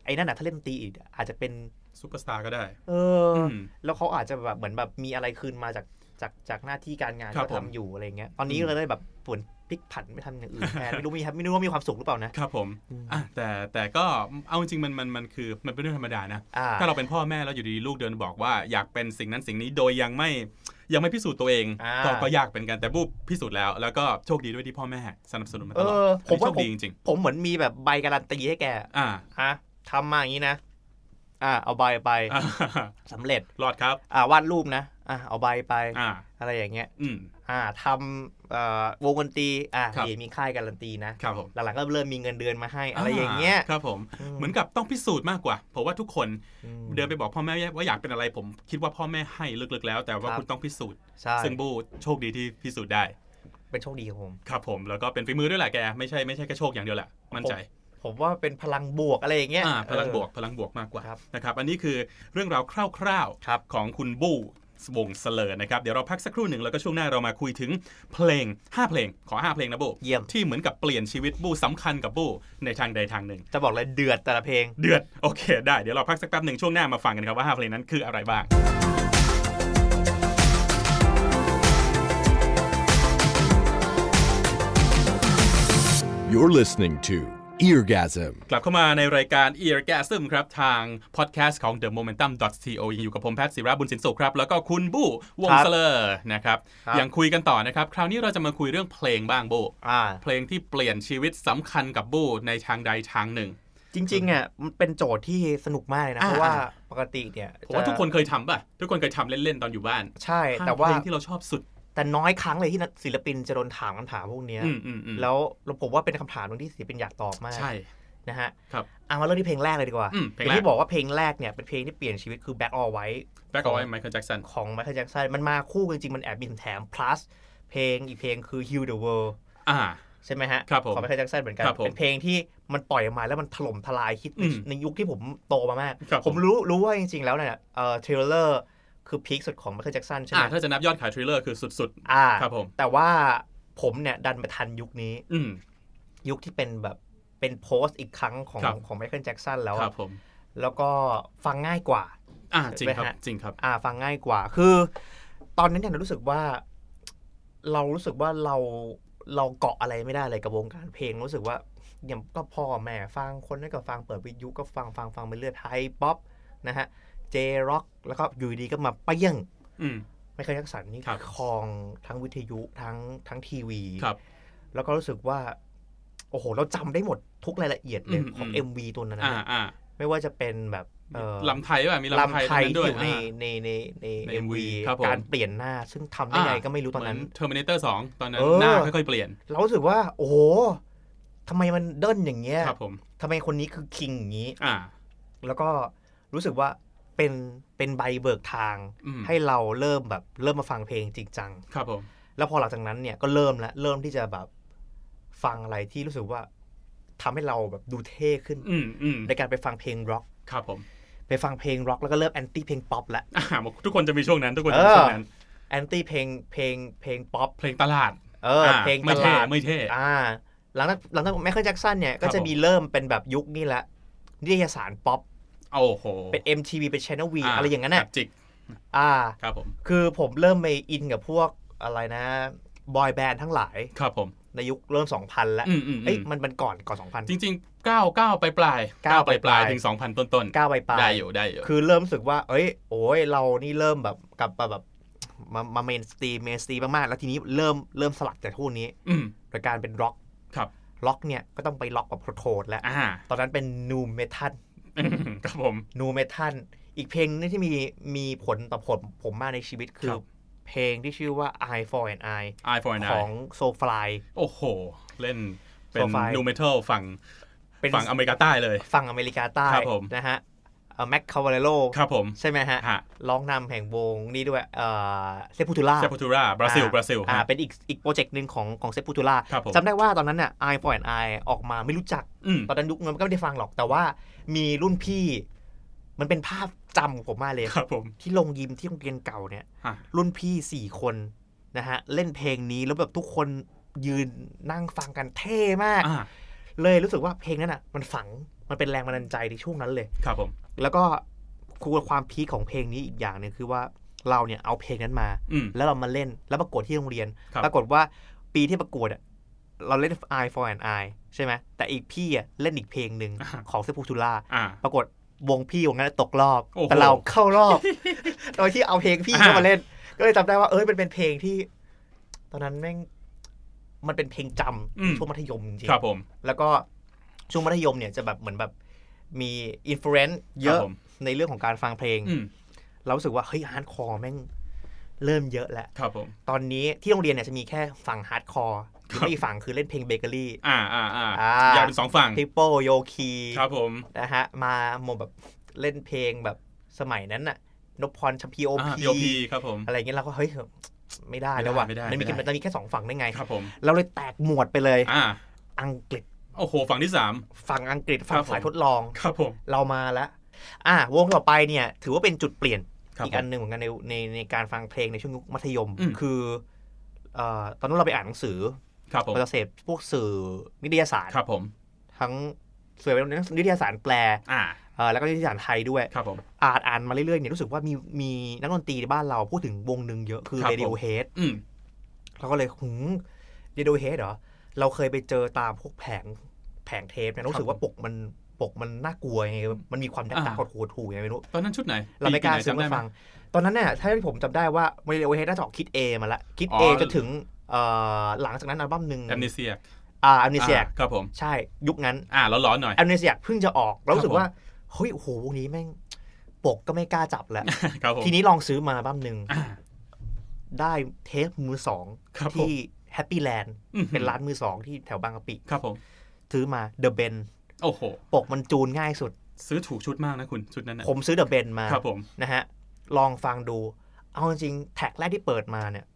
S3: ไอ้นั่นน่ะถ้าเล่นดนตรีอีกอาจจะเป็น
S2: ซุปเปอร์สตาร์ก็ได้
S3: เอออ
S2: อืม
S3: แล้วเขาอาจจะแบบเหมือนแบบมีอะไรคืนมาจากจากจากหน้าที่การงาน
S2: ครับ
S3: ก็
S2: ผ
S3: ทำ
S2: ม
S3: อยู่อะไรเงี้ยตอนนี้
S2: อืม
S3: ก็เลยแบบผวนพลิกผันไม่ทำอย่างอื่นแทนไม่รู้มีไม่รู้ว่ามีความสุขหรือเปล่านะครับ
S2: ผม
S3: อืม
S2: อ่ะแต่แต่ก็เอาจริงๆมันมันมันคือมันเป็นเรื่องธรรมดานะ
S3: อ่า
S2: ถ้าเราเป็นพ่อแม่แล้วอยู่ดีๆลูกเดินบอกว่าอยากเป็นสิ่งนั้นสิ่งนี้โดยยังไม่ยังไม่พิสูจน์ตัวเอง
S3: า
S2: ก็ก็ยากเป็นกันแต่บูบพิสูจน์แล้ว แล้วก็โชคดีด้วยที่พ่อแม่สนับสนุนมา
S3: เอ
S2: ตลอด
S3: อผม
S2: อันนี้โช
S3: ว่า
S2: ค
S3: ผม
S2: ดีจริง
S3: ผมเหมือนมีแบบใบการันตีให้แก
S2: ๆ อ่า
S3: อ่ะทำมาอย่างนี้นะอ่ะเอาใบไป
S2: อ่
S3: <laughs>
S2: า
S3: สำเร็จ
S2: รอดครับ
S3: อ่ะวาดรูปนะอ่ะเอาใบไป
S2: อ่า
S3: อะไรอย่างเงี้ย
S2: อืม
S3: อ่าทำเอ่อวงดนตรีอ่า
S2: ครับ
S3: นี่มีค่ายการันตีนะครับ
S2: ผม
S3: หลังๆก็เริ่มมีเงินเดือนมาให้อะไรอย่างเงี้ย
S2: ครับผม เหมือนกับต้องพิสูจน์มากกว่า เพราะว่าทุกคน
S3: ม
S2: เดินไปบอกพ่อแม่ว่าอยากเป็นอะไรผม คิดว่าพ่อแม่ให้ลึกๆแล้ว แต่ว่า
S3: ครับ
S2: คุณต้องพิสูจน์
S3: ใช่
S2: ซึ่งบูโชคดีที่พิสูจน์ได้
S3: เป็นโชคดีของผม
S2: ครับผม แล้วก็เป็นฝีมือด้วยแหละแก ไม่ใช่ไม่ใช่แค่โชคอย่างเดียวแหละ มั่นใจ
S3: ผมว่าเป็นพลังบวกอะไรอย่างเงี้ย
S2: อ่า พลัง
S3: เออ
S2: บวก พลังบวกมากกว่า
S3: ครับ
S2: นะครับ อันนี้คือเรื่องราวคร่าว
S3: ครับ
S2: ๆ ของคุณบูวงเสลอนะครับ เดี๋ยวเราพักสักครู่หนึ่งแล้วก็ช่วงหน้าเรามาคุยถึงเพลง 5 เพลง ขอ 5 เพลงนะบู
S3: เยี่ยม
S2: ที่เหมือนกับเปลี่ยนชีวิตบูสำคัญกับบูในทางใดทางหนึ่ง
S3: จะบอกเลยเดือดแต่ละเพลง
S2: เดือด โอเค ได้ เดี๋ยวเราพักสักแป๊บหนึ่งช่วงหน้ามาฟังกันครับว่า5เพลงนั้นคืออะไรบ้าง
S1: You're listening to Eargasm.
S2: กลับเข้ามาในรายการ Eargasm ครับ ทางพอดแคสต์ของ The Momentum co ยังอยู่กับผมแพทย์ศิระบุญสินสุขครับ แล้วก็คุณบู้วง
S3: ครับ
S2: เสลอร์นะครับ
S3: ครับ
S2: ยังคุยกันต่อนะครับ คราวนี้เราจะมาคุยเรื่องเพลงบ้างบู
S3: อ่า
S2: เพลงที่เปลี่ยนชีวิตสำคัญกับบูในทางใดทางหนึ่ง
S3: จริงๆอ่ะมันเป็นโจทย์ที่สนุกมากเลยนะ
S2: อ่า
S3: เพราะว่าปกติเนี่ย
S2: ผมว่า
S3: จะ
S2: ทุกคนเคยทำป่ะ ทุกคนเคยทำเล่น ๆ ตอนอยู่บ้าน
S3: ใช่
S2: ห้
S3: แต่ว่า
S2: เพลงที่เราชอบสุด
S3: แต่น้อยครั้งเลยที่ศิลปินจะโดนถามคำถามพวกเนี้ย
S2: อืมอืมอืม
S3: แล้วแล้วผมว่าเป็นคำถามหนึงที่ศิลปินอยากตอบมาก
S2: ใช่
S3: นะฮะ
S2: ครับ
S3: เอามาเริ่มที่เพลงแรกเลยดีกว่า
S2: อืมเพลง
S3: อ
S2: แรก
S3: ย่างที่บอกว่าเพลงแรกเนี่ยเป็นเพลงที่เปลี่ยนชีวิตคือ Back All White
S2: แบ็คเอาไว้ไมเคิลแจ็กสัน
S3: ของไมเคิลแจ็กสันมันมาคู่กันจริงๆมันแอบมีแถม plus เพลงอีกเพลงคือ Heal the World
S2: อ่า
S3: ใช่ไหมฮะ
S2: ครับผม
S3: ของไมเคิลแจ็คสันเหมือนกัน
S2: ครับผม
S3: เป็นเพลงที่มันปล่อยออกมาแล้วมันถล่มทลายฮิตใน
S2: อืม
S3: ในยุคที่ผมโตมามาก
S2: ครับผม
S3: ผมรู้รู้ว่าจริงๆแล้วเนี่ยเอ่อเทรลเลอร์คือพีคสุดของไมเคิลแจ็คสันใช่ไห
S2: อ่าม ถ้าจะนับยอดขายทริลเลอร์คือสุด
S3: อ่า
S2: ๆ ครับผม
S3: แต่ว่าผมเนี่ยดันไปทันยุคนี้
S2: อืม
S3: ยุคที่เป็นแบบเป็นโพสต์อีกครั้งของ
S2: ครับ
S3: ของไมเคิลแจ็คสันแล้ว
S2: ค
S3: อะ
S2: รับผม
S3: แล้วก็ฟังง่ายกว่า
S2: อ่าจริงครับ
S3: ใช่ไหมฮะ
S2: จริงครับ
S3: อ่าฟังง่ายกว่า คือ ตอนนั้นเนี่ยรู้สึกว่า เรารู้สึกว่าเราเราเกาะอะไรไม่ได้เลยกับวงการเพลงรู้สึกว่าเนี่ยก็พ่อแม่ฟังคนนั้นก็ฟังเปิดวิทยุก็ฟังฟังฟังไปเรื่อยไทยป๊อปนะฮะเจร็อกแล้วก็อยู่ดีก็มาเปี้ยง
S2: อืม
S3: ไมเคิลแจ็คสันนี่
S2: ครับ
S3: ครองทั้งวิทยุทั้งทั้งทีวี
S2: ครับ
S3: แล้วก็รู้สึกว่า โอ้โห เราจำได้หมดทุกรายละเอียดเลย
S2: อืม
S3: ของ
S2: อืม
S3: MV ตัวนั้นนะ
S2: อ่าอ่า
S3: ไม่ว่าจะเป็นแบบเอ่อ
S2: ลำไทยป่ะมีลำ
S3: ลำ
S2: ไทย
S3: ไท
S2: ตรง
S3: ย
S2: นั้นด้
S3: ที่
S2: วย
S3: อยู่ใน
S2: อ่า
S3: ในในใน
S2: ใน
S3: เอ็ม
S2: MV
S3: วี
S2: ครับผม
S3: การเปลี่ยนหน้า ซึ่งทำได้ไงก็ไม่รู้ตอนนั้น
S2: เหมื Terminator 2 ตอนนั้น
S3: เออ
S2: หน้าค่อยๆเปลี่ยน
S3: เรารู้สึกว่า โอ้โหทำไมมันเด้นอย่างเงี้ย
S2: ครับผม
S3: ทำไมคนนี้คือคิงอย่างนี้
S2: อ่า
S3: แล้วก็รู้สึกว่าเป็นเป็นใบเบิกทาง
S2: อืม
S3: ให้เราเริ่มแบบเริ่มมาฟังเพลงจริงจัง
S2: ครับผม
S3: แล้วพอหลังจากนั้นเนี่ยก็เริ่มละเริ่มที่จะแบบฟังอะไรที่รู้สึกว่าทำให้เราแบบดูเท่ขึ้น
S2: อืมอืม
S3: ในการไปฟังเพลงร็อก
S2: ครับผม
S3: ไปฟังเพลงร็อกแล้วก็เริ่มแอนตี้เพลงป๊อปละ
S2: อ่าทุกคนจะมีช่วงนั้นทุกคนจะมีช่วงนั้น
S3: แอนตี้เพลงเพลงเพลงป๊อป
S2: เพลงตลาด
S3: เออเพลงต
S2: ไม่เท่
S3: ลาด
S2: ไม่เท่
S3: อ่า หลังจากหลังจากไมเคิลแจ็คสันเนี่ย ก็
S2: ครับ
S3: จะ
S2: ผม
S3: มีเริ่มเป็นแบบยุคนี่แหละนิตยสารป๊อป
S2: โอ้โห
S3: เป็น MTV เป็น Channel V อะไรอย่างนั้นน่ะ
S2: จิก
S3: อ่า
S2: ครับผม
S3: คือผมเริ่มไปอินกับพวกอะไรนะบอยแบนด์ทั้งหลาย
S2: ครับผม
S3: ในยุคเริ่ม 2000 แล้ว
S2: อืมอืมอืม
S3: เอ้ยมันมันก่อนก่อน 2000
S2: จริงๆ9 9ไปปลายๆเก้าปลายปลาย
S3: ปลายๆ
S2: ถึง 2,000 ต้นต้นๆ
S3: ก้าวไปปลาย
S2: ได้อยู่ได้อยู่
S3: คือเริ่มรู้สึกว่า เอ้ย โอ้ยเรานี่เริ่มแบบกลับมาแบบมามาเมนสตรีมเมนสตรีมมากๆ แล้วทีนี้เริ่มเริ่มสลัดจากพวกนี้
S2: อืม
S3: โดยการเป็นร็อก
S2: ครับ
S3: ร็อกเนี่ยก็ต้องไปร็อกแบบโทนแล้ว
S2: อ่า
S3: ตอนนั้นเป็นนูเมทัล
S2: อืมครับผม
S3: นูเมทัลอีกเพลงนึงที่มีมีผลต่อผมผมมากในชีวิตคื
S2: ค
S3: อ
S2: รับ
S3: เพลงที่ชื่อว่า Eye for an Eye
S2: Eye for an
S3: ขอ
S2: Eye
S3: งโซฟลาย
S2: โอ้โห เล่นเป็น
S3: Profile
S2: นูเมทัลฝั่ง
S3: เป็น
S2: ฝั่งอเมริกาใต้เลย
S3: ฝั่งอเมริกาใต้
S2: ครับผม
S3: นะฮะแม็กคาวาเลโล
S2: ครับผม
S3: ใช่ไหมฮะ
S2: ฮะ
S3: ร้องนำแห่งวงนี่ด้วยเอ่อเซปูตูล่า
S2: เซปูตูราบราซิลบราซิล
S3: อ่า
S2: ฮะ
S3: เป็นอีกอีกโปรเจกต์หนึ่งของของเซปูตูล่า
S2: ครับผม
S3: จำได้ว่าตอนนั้นน่ะ Eye for an Eye ออกมาไม่รู้จัก
S2: อืม
S3: ตอนนั้นยุคนั้นก็ไม่ได้ฟังหรอกแต่ว่ามีรุ่นพี่มันเป็นภาพจำของผมมากเลย
S2: ครับผม
S3: ที่โรงยิมที่โรงเรียนเก่าเนี่ย
S2: ฮะ
S3: รุ่นพี่สี่คนนะฮะ เล่นเพลงนี้แล้วแบบทุกคนยืนนั่งฟังกันเท่มาก
S2: อ่า
S3: เลยรู้สึกว่าเพลงนั้นอ่ะ มันฝังมันเป็นแรงบันดาลใจในช่วงนั้นเลย
S2: ครับผม
S3: แล้วก็คูความพีคของเพลงนี้อีกอย่างหนึ่งคือว่าเราเนี่ยเอาเพลงนั้นมา
S2: อืม
S3: แล้วเรามาเล่นแล้วประกวดที่โรงเรียน
S2: ครับ
S3: ปรากฏว่าปีที่ประกวดอะเราเล่น I for an I ใช่ไหมแต่อีกพี่อ่ะเล่นอีกเพลงหนึ่ง
S2: อ่า
S3: ของเซปูทูล่า
S2: อ่า
S3: ปรากฏวงพี่วงนั้นตกรอบ
S2: โอ้โห
S3: แต่เราเข้ารอบ <laughs> โดยที่เอาเพลงพี่เข้ามา
S2: อ่า
S3: เล่น ก็เลยจำได้ว่าเอ้ยมันเป็นเพลงที่ ตอนนั้นแม่งมันเป็นเพลงจ
S2: อืม
S3: ำช่วงมัธยมจริง
S2: ครับผม
S3: ๆแล้วก็ช่วงมัธยมเนี่ยจะแบบเหมือนแบบมีอิ f l u เ n นซ์เย
S2: ค
S3: อะ
S2: รับผม
S3: ในเรื่องของการฟังเพลง
S2: อืม
S3: เรารู้สึกว่าเฮ้ยฮาร์ดคอร์แม่งเริ่มเยอะแล้ว
S2: ครับผม
S3: ตอนนี้ที่โรงเรียนเนี่ยจะมีแค่ฝั่งฮาร์ดคอร์
S2: ครับ
S3: ไม่มีฝั่งคือเล่นเพลงเบเกอรี่
S2: อ่าอ่าอ่า
S3: อ่า
S2: ยาวเป็นสองฝั่ง
S3: ทิปโปโยคี
S2: ครับผม
S3: นะฮะ มาโมแบบเล่นเพลงแบบสมัยนั้นน่ะนพพรชัมพีโอ
S2: อ่า
S3: พี
S2: POP ครับผม
S3: อะไรอย่างเงี้ยเราก็เฮ้ยเถอะไม่ได้แล้วว่ะ
S2: ไม่ได้
S3: มัน
S2: ไม่
S3: มี
S2: ได้
S3: แค่มันมีแค่สองฝั่งได้ไง
S2: ครับผม
S3: เราเลยแตกหมวดไปเลย
S2: อ่า
S3: อังกฤษ
S2: โอ้โห ฝั่งที่สาม
S3: ฝั่งอังกฤษ
S2: ครับ
S3: ฝั่ง
S2: ผม
S3: สายทดลอง
S2: ครับผม
S3: เรามาแล้วอ่ะวงต่อไปเนี่ย ถือว่าเป็นจุดเปลี่ยน
S2: ครับ
S3: อีก
S2: ผ
S3: อั
S2: ม
S3: นหนึ่งเหมือนกันในในในการฟังเพลงในช่วงยุคมัธยม
S2: อืม
S3: คือเอ่อตอนนั้นเราไปอ่านหนังสือ
S2: ครับผม
S3: เราจะเสพพวกสื่อนิตยสาร
S2: ครับผม
S3: ทั้งส่วนเป็นนิตยสารแปล
S2: อ่า
S3: เอ่อแล้วก็นิตยสารไทยด้วย
S2: ครับผม
S3: อ่านอ่านมาเรื่อยๆเนี่ยรู้สึกว่ามีมีนักดนตรีในบ้านเราพูดถึงวงหนึ่งเยอะคือ
S2: ครับผม
S3: Radiohead
S2: อืม
S3: เราก็เลยหืม Radiohead เหรอ เราเคยไปเจอตามพวกแผงแผงเทปเนี่ยรู้สึกว่าปกมันปกมันน่ากลัวยังไงมันมีความดักดา
S2: อ่า
S3: โหดหูยังไงไม่รู้
S2: ตอนนั้นชุดไหน
S3: เราไม่กล้า
S2: ปีปีหน
S3: ซื้อ
S2: จำได้
S3: มา
S2: ไหม
S3: ฟัง ตอนนั้นเนี่ยถ้าที่ผมจำได้ว่า Radiohead น่าจะออกคิด A มาละคิด
S2: อ๋
S3: A
S2: อ
S3: จนถึงเอ่อหลังจากนั้นอัลบั้มหนึ่ง
S2: แอมเนเซีย
S3: อ่าอัมนิเซีย
S2: ครับผม
S3: ใช่ยุคนั้น
S2: อ่าร้อนๆหน่อย
S3: แอมเนเซียเพิ่งจะออกแล้วรู้สึ
S2: ค
S3: ก
S2: รับผม
S3: ว่า เฮ้ย โอ้โหวงนี้แม่ง ปกก็ไม่กล้าจับแล้ว
S2: ครับผม
S3: ทีนี้ลองซื้อมาอัลบ้ามหนึ่ง
S2: อ่า
S3: ได้เทปมือสอง
S2: ครับผม
S3: ที่แฮปปี้แลนด์
S2: อื้อหือ
S3: เป็นร้านมือสองที่แถวบางกะปิ
S2: ครับผม
S3: ซื้อมาเดอะเบน
S2: โอ้โห
S3: ปกมันจูนง่ายสุด
S2: ซื้อถูกชุดมากนะคุณชุดนั้นนะ
S3: ผมซื้อเดอะเบนมา
S2: ครับผม
S3: นะฮะ ลองฟังดู เอาจริงๆแท็กแรกที่เปิดมาเนี่ย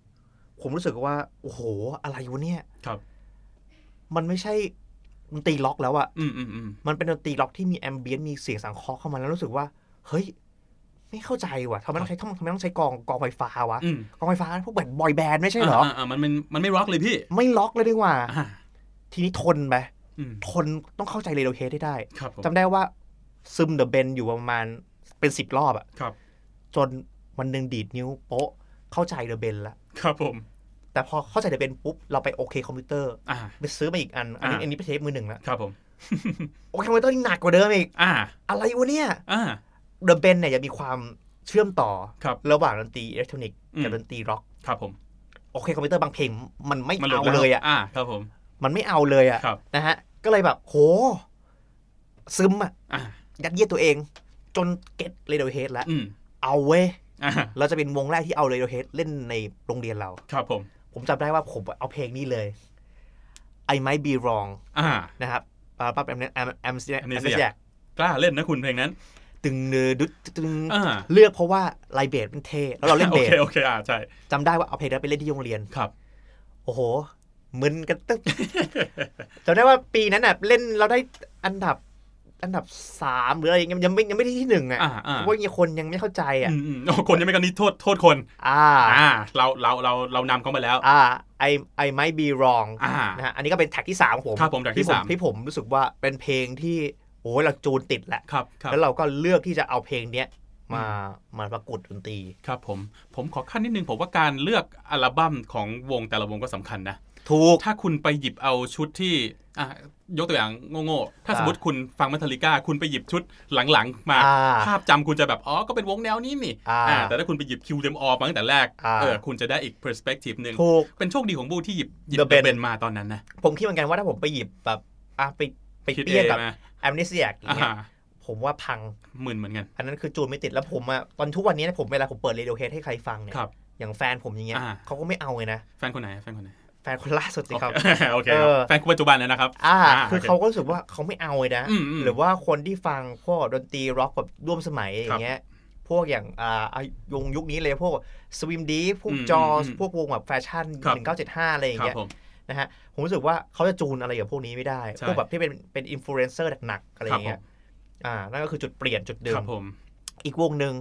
S3: ผมรู้สึกว่าโอ้โห อะไรวะเนี่ย
S2: ครับ
S3: มันไม่ใช่ดนตรีล็อกแล้วอะ
S2: อืมอืมอืม
S3: มันเป็นดนตรีล็อกที่มีแอมเบียนต์มีเสียงสังเคราะห์เข้ามาแล้วรู้สึกว่า เฮ้ย ไม่เข้าใจว่ะทำไมต้องใช้ทำไมต้องใช้กองกองไฟฟ้าวะ
S2: อืม
S3: กองไฟฟ้าพวกแบบบอยแบนด์ไม่ใช่เหรอ
S2: าาามันมันมันไม่ร็อกเลยพี่
S3: ไม่ล็อกเลยดีกว่า
S2: อ่า
S3: ทีนี้ทนไป
S2: อืม
S3: ทนต้องเข้าใจเรโดเฮดให้ได้
S2: ครับผม
S3: จำได้ว่าซึมเดอะเบนอยู่ประมาณเป็นสิบรอบอะ
S2: ครับ
S3: จนวันหนึ่งดีดนิ้วโป๊ะเข้าใจเดอะเบนละ
S2: ครับผม
S3: แต่พอเข้าใจเดอะเบนปุ๊บเราไปโอเคคอมพิวเตอร์
S2: อ่า
S3: ไปซื้อมาอีกอัน อันนี้
S2: อ่า
S3: อันนี้ไปเทปมือหนึ่งละ
S2: ครับผม
S3: โอเคคอมพิวเตอร์นี่หนักกว่าเดิมอีก
S2: อ่า
S3: อะไรวะเนี่ย
S2: อ่า
S3: เดอะเบนเนี่ยจะมีความเชื่อมต่อ
S2: ครับ
S3: ระหว่างดนตรีอิเล็กทรอนิกส์กั
S2: อื
S3: บ
S2: ม
S3: ดนตรีร็อก
S2: ครับผม
S3: โอเคคอมพิวเตอร์บางเพลงมันไม่
S2: มันหลุดแว
S3: เอาเลยอ่ะ
S2: อ่าครับผม
S3: มันไม่เอาเลยอ่ะ
S2: ครับ
S3: นะฮะก็เลยแบบโห ซึมอ่ะ
S2: อ่า
S3: ยัดเยียดตัวเอง จนเก็ตเรด o h เฮดแล้ว
S2: อืม
S3: เอาเว้ย
S2: อ่า
S3: เราจะเป็นวงแรกที่เอาเรด o h เฮดเล่นในโรงเรียนเรา
S2: ครับผม
S3: ผมจำได้ว่าผมเอาเพลงนี้เลย I might be wrong
S2: อ่า
S3: นะครับปั๊บแอมเนแอมแอมแอม
S2: Amnesia
S3: เนสแยก
S2: กล้าเล่นนะคุณเพลงนั้น
S3: ตึงเนื้อดุดตึง
S2: อ่า
S3: เลือกเพราะว่าไลายเบสมันเท่แล้วเราเล่น
S2: โอ
S3: เบส
S2: เคโอเคอ่าใช่
S3: จำได้ว่าเอาเพลงนั้นไปเล่นที่โรงเรียน
S2: ครับ
S3: โอ้โหมึนกันตึ๊บ จำได้ว่าปีนั้นน่ะเล่นเราได้อันดับอันดับสามหรืออะไรอย่างเงี้ยยังไม่ยังไม่ได้ที่หนึ่งอ่ะ
S2: อ่าอ่า
S3: เพราะว่ามีคนยังไม่เข้าใจอ่ะ
S2: อืมอืมโอ้คนยังไม่กันนี่โทษโทษคน
S3: อ่า
S2: อ่า เราเราเราเรานำเขามาแล้ว
S3: อ่า I I might be wrong
S2: อ่า
S3: นะฮะอันนี้ก็เป็นแท็กที่สามของผม
S2: ครับผมแท็กที่สาม
S3: ที่ผมรู้สึกว่าเป็นเพลงที่โอ้ยเราจูนติดแหละ
S2: ครับครับ
S3: แล้วเราก็เลือกที่จะเอาเพลงเนี้ยมามาประกวดดนตรี
S2: ครับผม ผมขอขั้นนิดนึงผมว่าการเลือกอัลบั้มของวงแต่ละวงก็สำคัญนะ
S3: ถูก
S2: ถ้าคุณไปหยิบเอาชุดที่อ่ะยกตัวอย่างโง่ๆ ถ้า
S3: อ่า
S2: สมมติคุณฟังมัทลิก้าคุณไปหยิบชุดหลังๆ มา
S3: อ่า
S2: ภาพจำคุณจะแบบ อ๋อ ก็เป็นวงแนวนี้นี่
S3: อ่า
S2: อ่าแต่ถ้าคุณไปหยิบคิวเดมออมาตั้งแต่แรก
S3: อ่า
S2: เออ คุณจะได้อีก perspective หนึ่ง
S3: ถูก
S2: เป็นโชคดีของบูที่หยิบหยิบ
S3: The Ben
S2: เบนมาตอนนั้นนะ
S3: ผมคิดเหมือนกันว่าถ้าผมไปหยิบแบบอ่ะไปไป
S2: คิด
S3: เปี้ยน
S2: ง
S3: แบบ
S2: นะ
S3: แอมเนสแยกอย่างเงี้ย
S2: อ่า
S3: ผมว่าพัง
S2: หมื่นเหมือนกัน
S3: อันนั้นคือจูนไม่ติดแล้วผมอะตอนทุกวันนี้นะผมเวลาผมเปิดเรดิโอเฮดให้ใครฟังเนี่ย
S2: ครับ
S3: อย่างแฟนผมอย่างเงี้ย
S2: อ่า
S3: เขาก็ไม่เอาเลยนะ
S2: แฟนคนไหนแฟนคนไหน
S3: แฟนคนล่าสุดสิครับ
S2: โอเค <laughs>
S3: เอ
S2: ครับ
S3: อ
S2: แฟนคนปัจจุบันนะนะครับ
S3: อ่า
S2: อ่า
S3: คือเขาก็รู้สึกว่าเขาไม่เอาเลยนะ
S2: อืมอืม
S3: หรือว่าคนที่ฟังพวกดนตรีร็อกแบบร่วมสมัยอ
S2: ครับ
S3: ย่างเงี้ย พวกอย่างอ่าอายงยุคนี้เลยพวกสวิมดีพวก
S2: อืม
S3: จอ
S2: อืม
S3: พวกวงแบบแฟชั่น
S2: ครับ
S3: 1975 อะไรอย่า
S2: ค
S3: ง
S2: รับ
S3: เงี้ย
S2: ผม
S3: นะฮะ ผมรู้สึกว่าเขาจะจูนอะไรกับพวกนี้ไม่ได้
S2: ใช่
S3: พวกแบบที่เป็นเป็นอินฟลูเอนเซอร์หนักๆอะไรอ
S2: ครับผ
S3: ย่างเงี้
S2: ม
S3: ย อ่า นั่นก็คือจุดเปลี่ยนจุดเดิ
S2: ครั
S3: ม
S2: บผม
S3: อีกวงหนึ่ง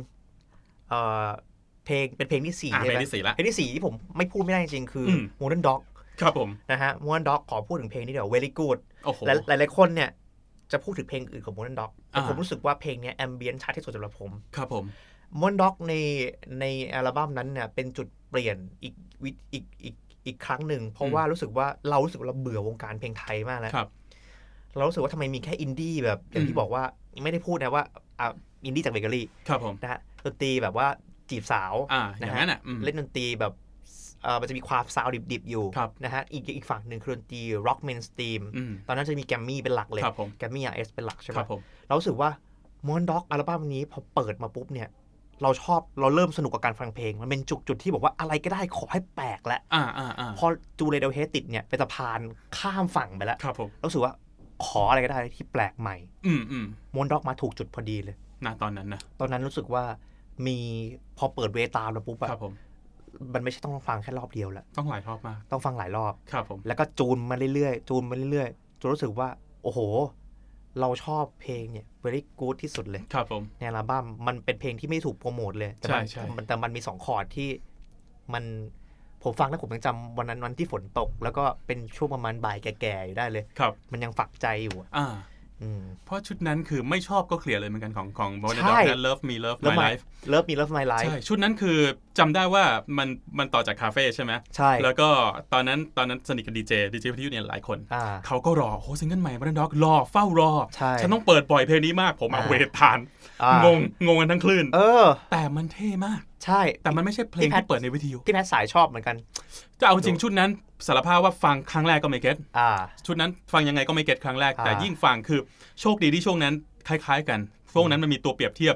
S3: เอ่อเพลงเป็นเพลงที่สี่
S2: อ่า
S3: ใช่
S2: เพลง
S3: ไหม
S2: ที่สี่ละ
S3: เพลงที่สี่ที่ผมไม่พูดไม่ได้จริงๆคืออ
S2: ม
S3: โมเดิร์นด็อก
S2: ครับผม
S3: นะฮะโมเดิร์นด็อกขอพูดถึงเพลงนี้เดี๋ยวเวลี่กูด
S2: โอ้โห
S3: หลายหลายหลายคนเนี่ยจะพูดถึงเพลงอื่นของ Modern Dog แต่
S2: อ่า
S3: ผมรู้สึกว่าเพลงเนี้ยแอมเบียนชัดที่สุดสำหรับผม
S2: ครับผม
S3: Modern Dog ในในอัลบั้มนั้นเนี่ยเป็นจุดเปลี่ยนอีกวิอีกอีกอีกครั้งหนึ่ง เพราะว่ารู้สึกว่าเรารู้สึกว่าเราเบื่อวงการเพลงไทยมากแล้ว
S2: ครับ
S3: เรารู้สึกว่าทำไมมีแค่อินดี้แบบอย่าง
S2: อื
S3: ที่
S2: ม
S3: บอกว่าไม่ได้พูดนะว่าอ่ะอินดี้จากเบเกอรี่
S2: ครับผม
S3: นะฮะดนตรีแบบว่าจีบสาว
S2: อ่าอย่างนั้นอ่ะอืม
S3: เล่นดนตรีแบบเอ่อมันจะมีความซาวด์ดิบๆอยู่
S2: ครับ
S3: นะฮะอีกอีกฝั่งหนึ่งคือดนตรีร็อกเมนสตรีม
S2: อืม
S3: ตอนนั้นจะมีแกรมมี่เป็นหลักเลย
S2: ครับผม
S3: แกมมี่อาเอสเป็นหลักใช่ไห
S2: ค
S3: ม
S2: รับผม
S3: เรารู้สึกว่ามอนด็อกอัลบั้มนี้พอเปิดมาปุ๊บเนี่ย เราชอบเราเริ่มสนุกกับการฟังเพลง มันเป็นจุดจุดที่บอกว่าอะไรก็ได้ขอให้แปลกและ
S2: อ่าอ่าอ่า
S3: พอจูเลเดลเฮติดเนี่ยเป็นสะพานข้ามฝั่งไปแล้ว
S2: ครับผม
S3: เรารู้สึกว่าขออะไรก็ได้ที่แปลกใหม่
S2: อืมอืม
S3: มอนด็อกมาถูกจุดพอดีเลย
S2: ณตอนนั้นนะ
S3: ตอนนั้นรู้สึกว่ามีพอเปิดเวตามแล้วปุ๊บอะ
S2: ครับผม
S3: มันไม่ใช่ต้องฟังแค่รอบเดียวละ
S2: ต้องหลายรอบมาก
S3: ต้องฟังหลายรอบ
S2: ครับผม
S3: แล้วก็จูนมาเรื่อยๆ จูนมาเรื่อยๆจนรู้สึกว่า โอ้โห เราชอบเพลงเนี่ย very good ที่สุดเลย
S2: ครับผม
S3: ในอัลบั้มมันเป็นเพลงที่ไม่ถูกโปรโมทเลย แต่มัน
S2: ใช่ใช่
S3: แต่มันมีสองคอร์ดที่มันผมฟังแล้วผมยังจำวันนั้นวันที่ฝนตก แล้วก็เป็นช่วงประมาณบ่ายแก่ๆอยู่ได้เลย
S2: ครับ
S3: มันยังฝักใจอยู่อะ
S2: อ่า
S3: อืม
S2: เพราะชุดนั้นคือไม่ชอบก็เคลียร์เลยเหมือนกันของของบอล
S3: ใช่
S2: ด็อกนั้น Love Me Love
S3: แล้ว
S2: My
S3: มา
S2: Life
S3: เลิฟมีเลิฟไมล์ไล
S2: ใช่
S3: ฟ์
S2: ชุดนั้นคือจำได้ว่ามันมันต่อจากคาเฟ่ใช่ไหม
S3: ใช่
S2: แล้วก็ตอนนั้นตอนนั้นสนิทกับดีเจดีเจพิทยุเนี่ยหลายคน
S3: อ่า
S2: เขาก็รอโอ้ซิงเกิลใหม่บอลด็อกรอเฝ้ารอ
S3: ใช่
S2: ฉันต้องเปิดปล่อยเพลงนี้มากผมเอา
S3: อ่า
S2: เวททาน
S3: อ่าง
S2: งงงกันทั้งคลื่น
S3: เออ
S2: แต่มันเท่มาก
S3: ใช่
S2: แต่มันไม่ใช่เพลงที่เปิดในวิทยุ
S3: พี่แพทสายชอบเหมือนกัน
S2: จะเอาจริงชุดนั้นสารภาพว่าฟังครั้งแรกก็ไม่เก็ต
S3: อ่า
S2: ชุดนั้นฟังยังไงก็ไม่เก็ตครั้งแรก
S3: อ่า
S2: แต่ยิ่งฟังคือโชคดีที่ช่วงนั้นคล้าย ๆ กันช่วงนั้นมันมีตัวเปรียบเทียบ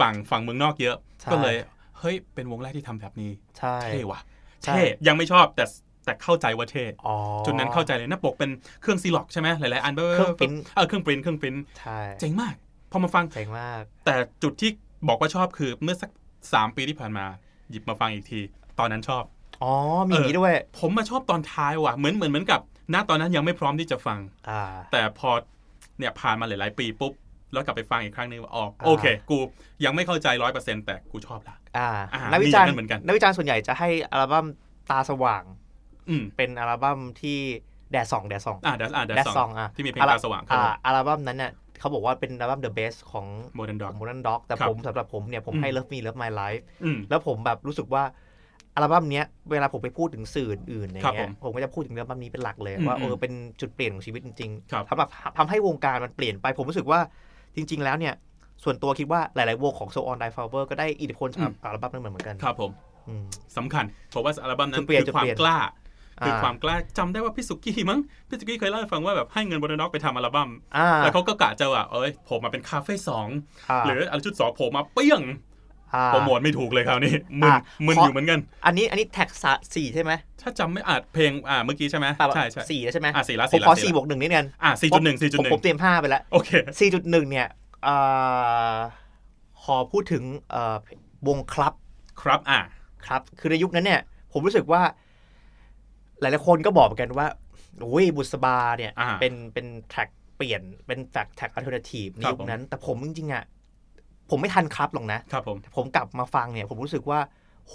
S2: ฝั่งฝั่งเมืองนอกเยอะ
S3: ใช่
S2: ก็เลยเฮ้ยเป็นวงแรกที่ทำแบบนี้
S3: ใช่
S2: เท่ว่ะ
S3: ใช่
S2: เท่ยังไม่ชอบแต่แต่เข้าใจว่าเท่
S3: อ๋อ
S2: จุดนั้นเข้าใจเลยหน้าปกเป็นเครื่องซีล็อกใช่ไหมหลายๆอันเบอ
S3: เครื่องปริ้น
S2: เออเครื่องปริ้นเครื่องปริ้น
S3: ใช่
S2: เจ๋งมากพอมาฟัง
S3: เจ๋งมาก
S2: แต่จุดที่บอกว่าชอบคือเมื่อสักสามปีที่ผ่านมา หยิบมาฟังอีกที ตอนนั้นชอบ
S3: อ๋อ มีอย่างนี้ด้วย
S2: ผมมาชอบตอนท้ายว่ะเหมือนเหมือนเหมือนกับณตอนนั้นยังไม่พร้อมที่จะฟัง
S3: อ่า
S2: แต่พอเนี่ยผ่านมาหลาย ๆ ปีปุ๊บ แล้วกลับไปฟังอีกครั้งหนึงว่าอ๋อโอเค กูยังไม่เข้าใจร้อยเปอร์เซ็นต์แต่กูชอบละ
S3: อ่า
S2: อ่า
S3: นักวิจาร
S2: มีอย่างนั้น
S3: ณ์
S2: เหมือนกัน
S3: นักวิจารณ์ส่วนใหญ่จะให้อัลบั้มตาสว่าง
S2: อืม
S3: เป็นอัลบั้มที่แดดส่องแดดส่อง
S2: อ่าดัสอ่าดัส
S3: แดดส่องอ่ะ
S2: ที่มีเพลงตาสว่างครับ
S3: อ่าอัลบั้มนั้นเนี่ยเขาบอกว่าเป็นอัลบั้ม the best ของ
S2: โมเดิร์นด็อก
S3: โมเดิร์นด็อกแต่
S2: ครับ
S3: ผมสำหรับผมเนี่ยผม
S2: อืม
S3: ให้ love me love my life
S2: อืม
S3: แล้วผมแบบรู้สึกว่าอัลบั้มเนี้ยเวลาผมไปพูดถึงสื่ออื่นๆอย่าง
S2: ครับ
S3: เงี้
S2: ผ
S3: ย
S2: ม
S3: ผมก็จะพูดถึงอัลบั้มนี้เป็นหลักเลย
S2: อืม
S3: ว่า
S2: อืม
S3: เออเป็นจุดเปลี่ยนของชีวิตจริง
S2: ครับ
S3: ๆทำแบบทำให้วงการมันเปลี่ยนไป ผมรู้สึกว่าจริง ๆ แล้วเนี่ย ส่วนตัวคิดว่าหลายๆวงของโซออนไดฟาวเวอร์ก็ได้อิทธิพลจากอัลบั้มนั้นเหมือนกัน
S2: ครับผม
S3: อืม
S2: สำคัญผมว่าอัลบั้มนั้
S3: จุ
S2: น
S3: ดเปลี่ยน
S2: คือความ
S3: จุดเปลี่ยน
S2: กล้า คือ
S3: อ่
S2: ความกล้าจำได้ว่าพี่สุกี้มั้งพี่สุกี้เคยเล่าให้ฟังว่าแบบให้เงินโมเดิร์นด็อกไปทำอัลบั้ม
S3: อ่า
S2: แล้วเขาก็กะจะว่าเอ้ยผมมาเป็นคาเฟ่สอง
S3: า
S2: หรืออัลชุดสองผมมาเปี้ยง
S3: า
S2: โปรโมทไม่ถูกเลยคราวนี้มึน
S3: อ่ะ
S2: มึน
S3: ขอ
S2: อ
S3: อ
S2: ยู่เหมือนกัน
S3: อันนี้อันนี้แท็กสะสี่ใช่ไหม
S2: ถ้าจำไม่อาจเพลงอ่าเมื่อกี้ใช่ไหม
S3: อ่า
S2: ใช่ใช่
S3: สี่แล้วใช่ไหม
S2: อ่าสี่ละ
S3: ผม
S2: สี่ละ
S3: ขอ
S2: สี่
S3: สี่
S2: ละ
S3: บวกหนึ่งนิดนึง
S2: อ่าสี่จุดหนึ่งสี่จุด
S3: ผม
S2: หนึ่
S3: ผม
S2: ง
S3: เตรียมห้าไปแล้ว
S2: โอเค
S3: สี่จุดหนึ่งเนี่ยเอ่อขอพูดถึงเอ่อวงครับ
S2: ครับอ่า
S3: ครับ คือในยุคนั้นเนี่ย ผมรู้สึกว่า หลายๆคนก็บอกเหมือนกันว่าโอ้ยบุษบาเนี่ย
S2: อ่า
S3: เป็นเป็นแทร็กเปลี่ยนเป็นแทร็กแทร็กอัลเทอร์เนทีฟใน
S2: ครับ
S3: ยุ
S2: ผ
S3: ค
S2: ม
S3: นั้น แต่ผมจริงๆอ่ะผมไม่ทันครับหรอกนะครับ
S2: ผม
S3: แต่ผมกลับมาฟังเนี่ย ผมรู้สึกว่า โห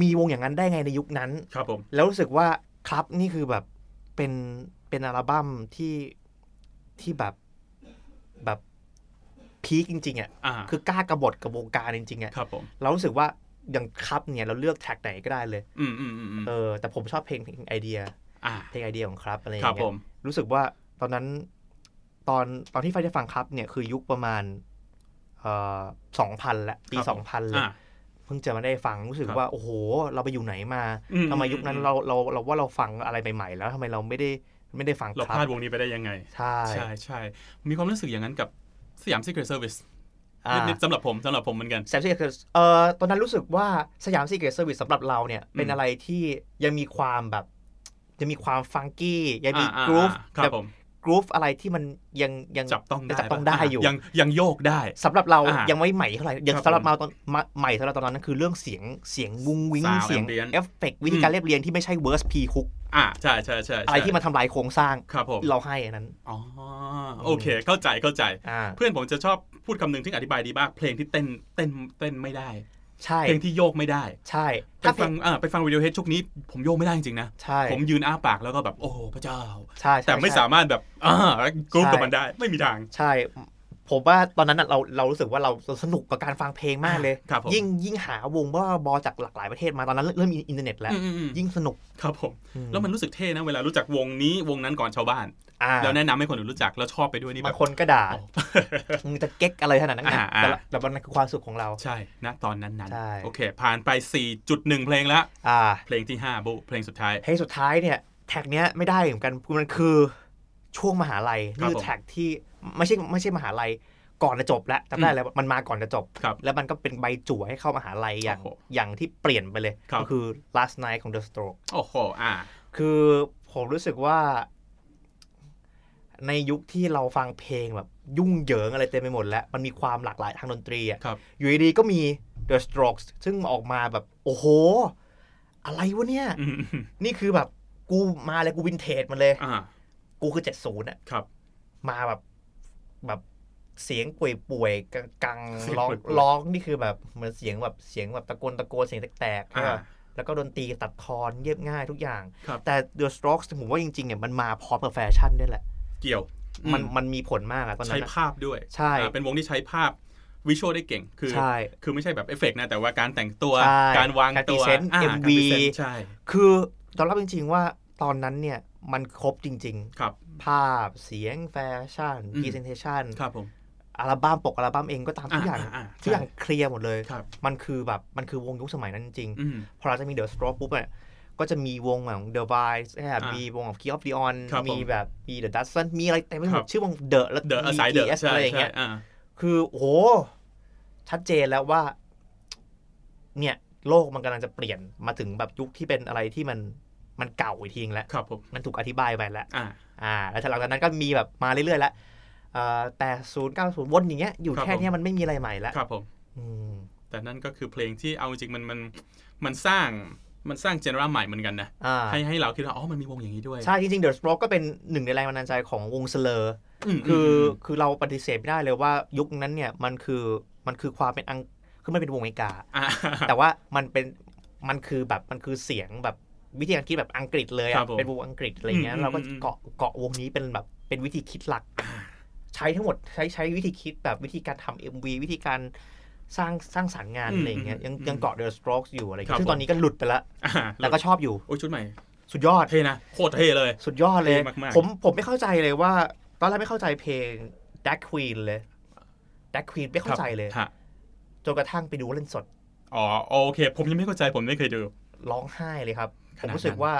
S3: มีวงอย่างนั้นได้ไงในยุคนั้น
S2: ครับผม
S3: แล้วรู้สึกว่าครับนี่คือแบบเป็นเป็นอัลบั้มที่ที่แบบแบบพีคจริงๆอะ่ะ
S2: อ่า
S3: คือกล้ากระบฏกับวงการจริงๆอะ่ะ
S2: ครับผม
S3: เรารู้สึกว่าอย่างครับเนี่ยเราเลือกแท็กไหนก็ได้เลย
S2: อืมอืมอืมอืม
S3: เออแต่ผมชอบเพลงเพลงไอเดีย
S2: อ่า
S3: เพลงไอเดียของครับอะไรอย่า
S2: ครับผ
S3: งเงี้ย
S2: ม
S3: รู้สึกว่าตอนนั้นตอนตอนที่ไฟได้ฟังครับเนี่ยคือยุคประมาณเอ่อสองพันละปี
S2: ครับผม
S3: สองพันเลย
S2: อ่า
S3: เพิ่งจะมาได้ฟังรู้สึก
S2: ครับ
S3: ว่าโอ้โห เราไปอยู่ไหนมา
S2: อืม
S3: ทำไมยุคนั้น
S2: อืม
S3: เราเราเราว่าเราฟังอะไรใหม่ๆแล้วทำไมเราไม่ได้ไม่ได้ฟัง
S2: เรา
S3: ครั
S2: พลาด
S3: บ
S2: วงนี้ไปได้ยังไง
S3: ใช่
S2: ใช่ใช่มีความรู้สึกอย่างนั้นกับสยาม Secret Service
S3: อ่า
S2: นิดๆสำหรับผมสำหรับผมเหมือนกัน
S3: แซมซี่เอ่อตอนนั้นรู้สึกว่าสยามซีเกตเซอร์วิสสำหรับเราเนี่ย เป็นอะไรที่ยังมีความแบบยังมีความฟังกี้ยังมี
S2: อ่าอ่าก
S3: รูฟ
S2: อ่าครับ
S3: แบบ
S2: ผม
S3: กรูฟอะไรที่มันยังยัง
S2: จับต้องได้
S3: จับต้องได้อยู่
S2: ยังยังโยกได้
S3: สำหรับเรา
S2: อ่ายั
S3: ยังไม่ใหม่เท่าไหร่ยัง
S2: ครับ
S3: สำหรับเราตอนมาใหม่สำหรับตอนนั้นคือเรื่องเสียงเสียงวุ้งวิ้ง
S2: Sound
S3: เสียง
S2: ambient
S3: เอฟเฟกต์วิธีการเรียบเรียงที่ไม่ใช่เวอร์สพีคุก
S2: อ่าใช่ใช่ใช่
S3: อะไรที่มันทำลายโครงสร้าง
S2: ครับผม
S3: เราให้อันนั้น
S2: อ๋อโอเค เข้าใจเข้าใจ
S3: อ่า
S2: เพื่อนผมจะชอบพูดคำหนึ่งที่อธิบายดีมาก เพลงที่เต้นเต้นเต้นไม่ได้
S3: ใช่
S2: เพลงที่โยกไม่ได้
S3: ใช่
S2: ไป
S3: ถ้าเพล
S2: ฟัง
S3: ง
S2: อ่าไปฟังวิดีโอเฮดชุกนี้ ผมโยกไม่ได้จริงๆนะ
S3: ใช่
S2: ผมยืนอ้าปากแล้วก็แบบโอ้โหพระเจ้า
S3: ใช่ใช่
S2: แต่ไม่
S3: ใช่
S2: สามารถแบบอ่ากรุ๊ปกับมันได้ไม่มีทาง
S3: ใช่ ผมว่าตอนนั้นน่ะเราเรารู้สึกว่าเราสนุกกับการฟังเพลงมากเลย
S2: ครับผม
S3: ยิ่งยิ่งหาวงบ้าบอจากหลากหลายประเทศมาตอนนั้นเริ่มมีอินเทอร์เน็ตแล้ว
S2: อืมอืมอืม
S3: ยิ่งสนุก
S2: ครับผม
S3: อื
S2: แล้วมันรู้สึกเท่นะเวลารู้จักวงนี้วงนั้นก่อนชาวบ้าน
S3: อ่า
S2: แล้วแนะนำให้คนอื่นรู้จักแล้วชอบไปด้วยนี่แบบ
S3: า
S2: บ
S3: งคนก็ด่า
S2: โอ้
S3: มึงจะเก๊กอะไรขนาดนั้นนะ
S2: อ่าอ่า
S3: แต่ละแต่มันคือความสุขของเรา
S2: ใช่นะตอนนั้นนั้น
S3: ใช่
S2: โอเค ผ่านไป 4.1 เพลงแล้ว
S3: อ่า
S2: เพลงที่ 5 บุเพลงสุดท้าย
S3: เพลงสุดท้ายเนี่ย แท็กเนี้ยไม่ได้เหมือนกันมันคือช่วงมหาลัย
S2: ครับ
S3: นี่คือ
S2: ผม
S3: แท็กที่ไม่ใช่ไม่ใช่มหาลัยก่อนจะจบแล้วจำได้
S2: อืม
S3: แล้วมันมาก่อนจะจบ
S2: ครับ
S3: แล้วมันก็เป็นใบจั่วให้เข้ามหาลัยอย่าง
S2: โอ้โห
S3: อย่างที่เปลี่ยนไปเลย
S2: ครับ
S3: ก็คือ last night ของ The Stroke
S2: โอ้โหอ่า
S3: คือผมรู้สึกว่า ในยุคที่เราฟังเพลงแบบยุ่งเหยิงอะไรเต็มไปหมดแล้ว มันมีความหลากหลายทางดนตรีอ่ะ
S2: ครับ
S3: อยู่ดีๆก็มี The Strokes ซึ่งออกมาแบบ โอ้โห อะไรวะเนี่ย
S2: อืม
S3: นี่คือแบบกูมาเลยกูวินเทจมันเลย
S2: อ่า
S3: กูคือ 70อ่ะ
S2: ครับ
S3: มาแบบแบบเสียงป่วยป่วยๆกัง
S2: เสียง
S3: ๆร้อง
S2: ป่วยๆ
S3: ร้องนี่คือแบบเหมือนเสียงแบบเสียงแบบตะโกนตะโกนเสียงแตกๆ
S2: อ่า
S3: ใช่ปะแล้วก็ดนตรีตัดทอนเรียบง่ายทุกอย่าง
S2: ครับ
S3: แต่ The Strokes ผมว่าจริงๆเนี่ยมันมาพร้อมกับแฟชั่นด้วยแหละ
S2: เกี่ยว
S3: มัน
S2: อื
S3: มันมีผลมากอะตอน
S2: ใช้
S3: นั้นอะ
S2: ภาพด้วย
S3: ใช่
S2: อ่าเป็นวงที่ใช้ภาพวิชวลได้เก่ง คือ
S3: ใช่
S2: คือไม่ใช่แบบเอฟเฟกต์นะ แต่ว่าการแต่งตัว
S3: ใช่
S2: การวาง
S3: การ
S2: ตัว
S3: present
S2: อ่า
S3: MV
S2: การ present ใช่
S3: คือตอนรับจริงๆว่าตอนนั้นเนี่ยมันครบจริง
S2: ครับ
S3: ๆ ภาพเสียงแฟชั่น
S2: อืม
S3: พรีเซนเทชัน
S2: ครับผม
S3: อัลบั้มปกอัลบั้มเองก็ตามทุกอย่าง
S2: ใช่
S3: ทุกอย่างเคลียร์หมดเลย
S2: ครับ
S3: มันคือแบบมันคือวงยุคสมัยนั้นจริงๆ
S2: อืม
S3: พอเราจะมีเดอะสโตรกปุ๊บเนี่ยก็จะมีวงของ The Vice นะครับ
S2: อ่ามี
S3: มีวงของ Key of Leon
S2: ครับผม
S3: มีแบบมี The Dustin มีอะไรเต็มไปหม
S2: ครั
S3: ด
S2: บ
S3: ชื่อวง The แล้ว
S2: เดอะอาศัยเดอะ
S3: BTS
S2: ใช่
S3: อะไรอย่าง
S2: ใช่
S3: เงี้ย
S2: อ่า
S3: คือโอ้โห ชัดเจนแล้วว่า เนี่ย โลกมันกำลังจะเปลี่ยนมาถึงแบบยุคที่เป็นอะไรที่มันมันเก่าอีกทีนึงแล้ว
S2: ครับผม
S3: มันถูกอธิบายไปแล้ว
S2: อ่า
S3: อ่า แล้วหลังจากนั้นก็มีแบบมาเรื่อยๆแล้วเอ่อแต่ 0 9 0 วนอย่างเงี้ยอยู่
S2: ครับ
S3: แค่
S2: ผม
S3: เนี้ยมันไม่มีอะไรใหม่แล้ว
S2: ครับผม
S3: อืม
S2: แต่นั่นก็คือเพลงที่เอาจริงๆมันมันมันสร้างมันสร้างเจเนอเรใหม่เหมือนกันนะ
S3: อ่า
S2: ให้ให้เราคิดว่าอ๋อมันมีวงอย่างนี้ด้วย
S3: ใช่จริงๆ The Stroke ก็เป็นหนึ่งในแรงบันดาลใจของวงเสลอ
S2: ม
S3: คือ
S2: ม
S3: อ
S2: ม
S3: คือเราปฏิเสธไม่ได้เลยว่ายุคนั้นเนี่ยมันคือมันคือความเป็นอังคือมันเป็นวงอเมริกา
S2: อ่า
S3: <laughs> แต่ว่ามันเป็นมันคือแบบมันคือเสียงแบบวิธีการคิดแบบอังกฤษเลย
S2: ครั
S3: อะ
S2: บผม
S3: เป็นวงอังกฤษอะไรเงี้ย
S2: อืม
S3: เราก็
S2: อืม
S3: เกาะเกาะวงนี้เป็นแบบเป็นวิธีคิดหลัก ใช้ทั้งหมดใช้ใช้วิธีคิดแบบวิธีการทำ MV วิธีการสร้างสร้างสรรค์งาน
S2: อืม
S3: อะไรเงี้ยยัง
S2: อืม
S3: ยังเกาะ The Strokes อยู่อะไร
S2: ครับ
S3: เงี้ยซึ่
S2: ผ
S3: ง
S2: ม
S3: ตอนนี้ก็หลุดไปแล้ว
S2: อ่า
S3: แต่ก็ชอบอยู่
S2: โอ้ยชุดใหม่
S3: สุดยอด
S2: เท่นะโคตรเท่เลย
S3: สุดยอดเลย
S2: เท่มากๆ
S3: ผมผมไม่เข้าใจเลยว่า ตอนแรกไม่เข้าใจเพลง Dark Queen เลย Dark Queen ไม่เข้าใจเลย
S2: ครับฮะ
S3: จนกระทั่งไปดูเล่นสด
S2: อ๋อโอเค ผมยังไม่เข้าใจผมไม่เคยดู
S3: ร้องไห้เลยครับ
S2: ข
S3: ผ
S2: นาด
S3: ม
S2: นั้น
S3: รู้สึกว่า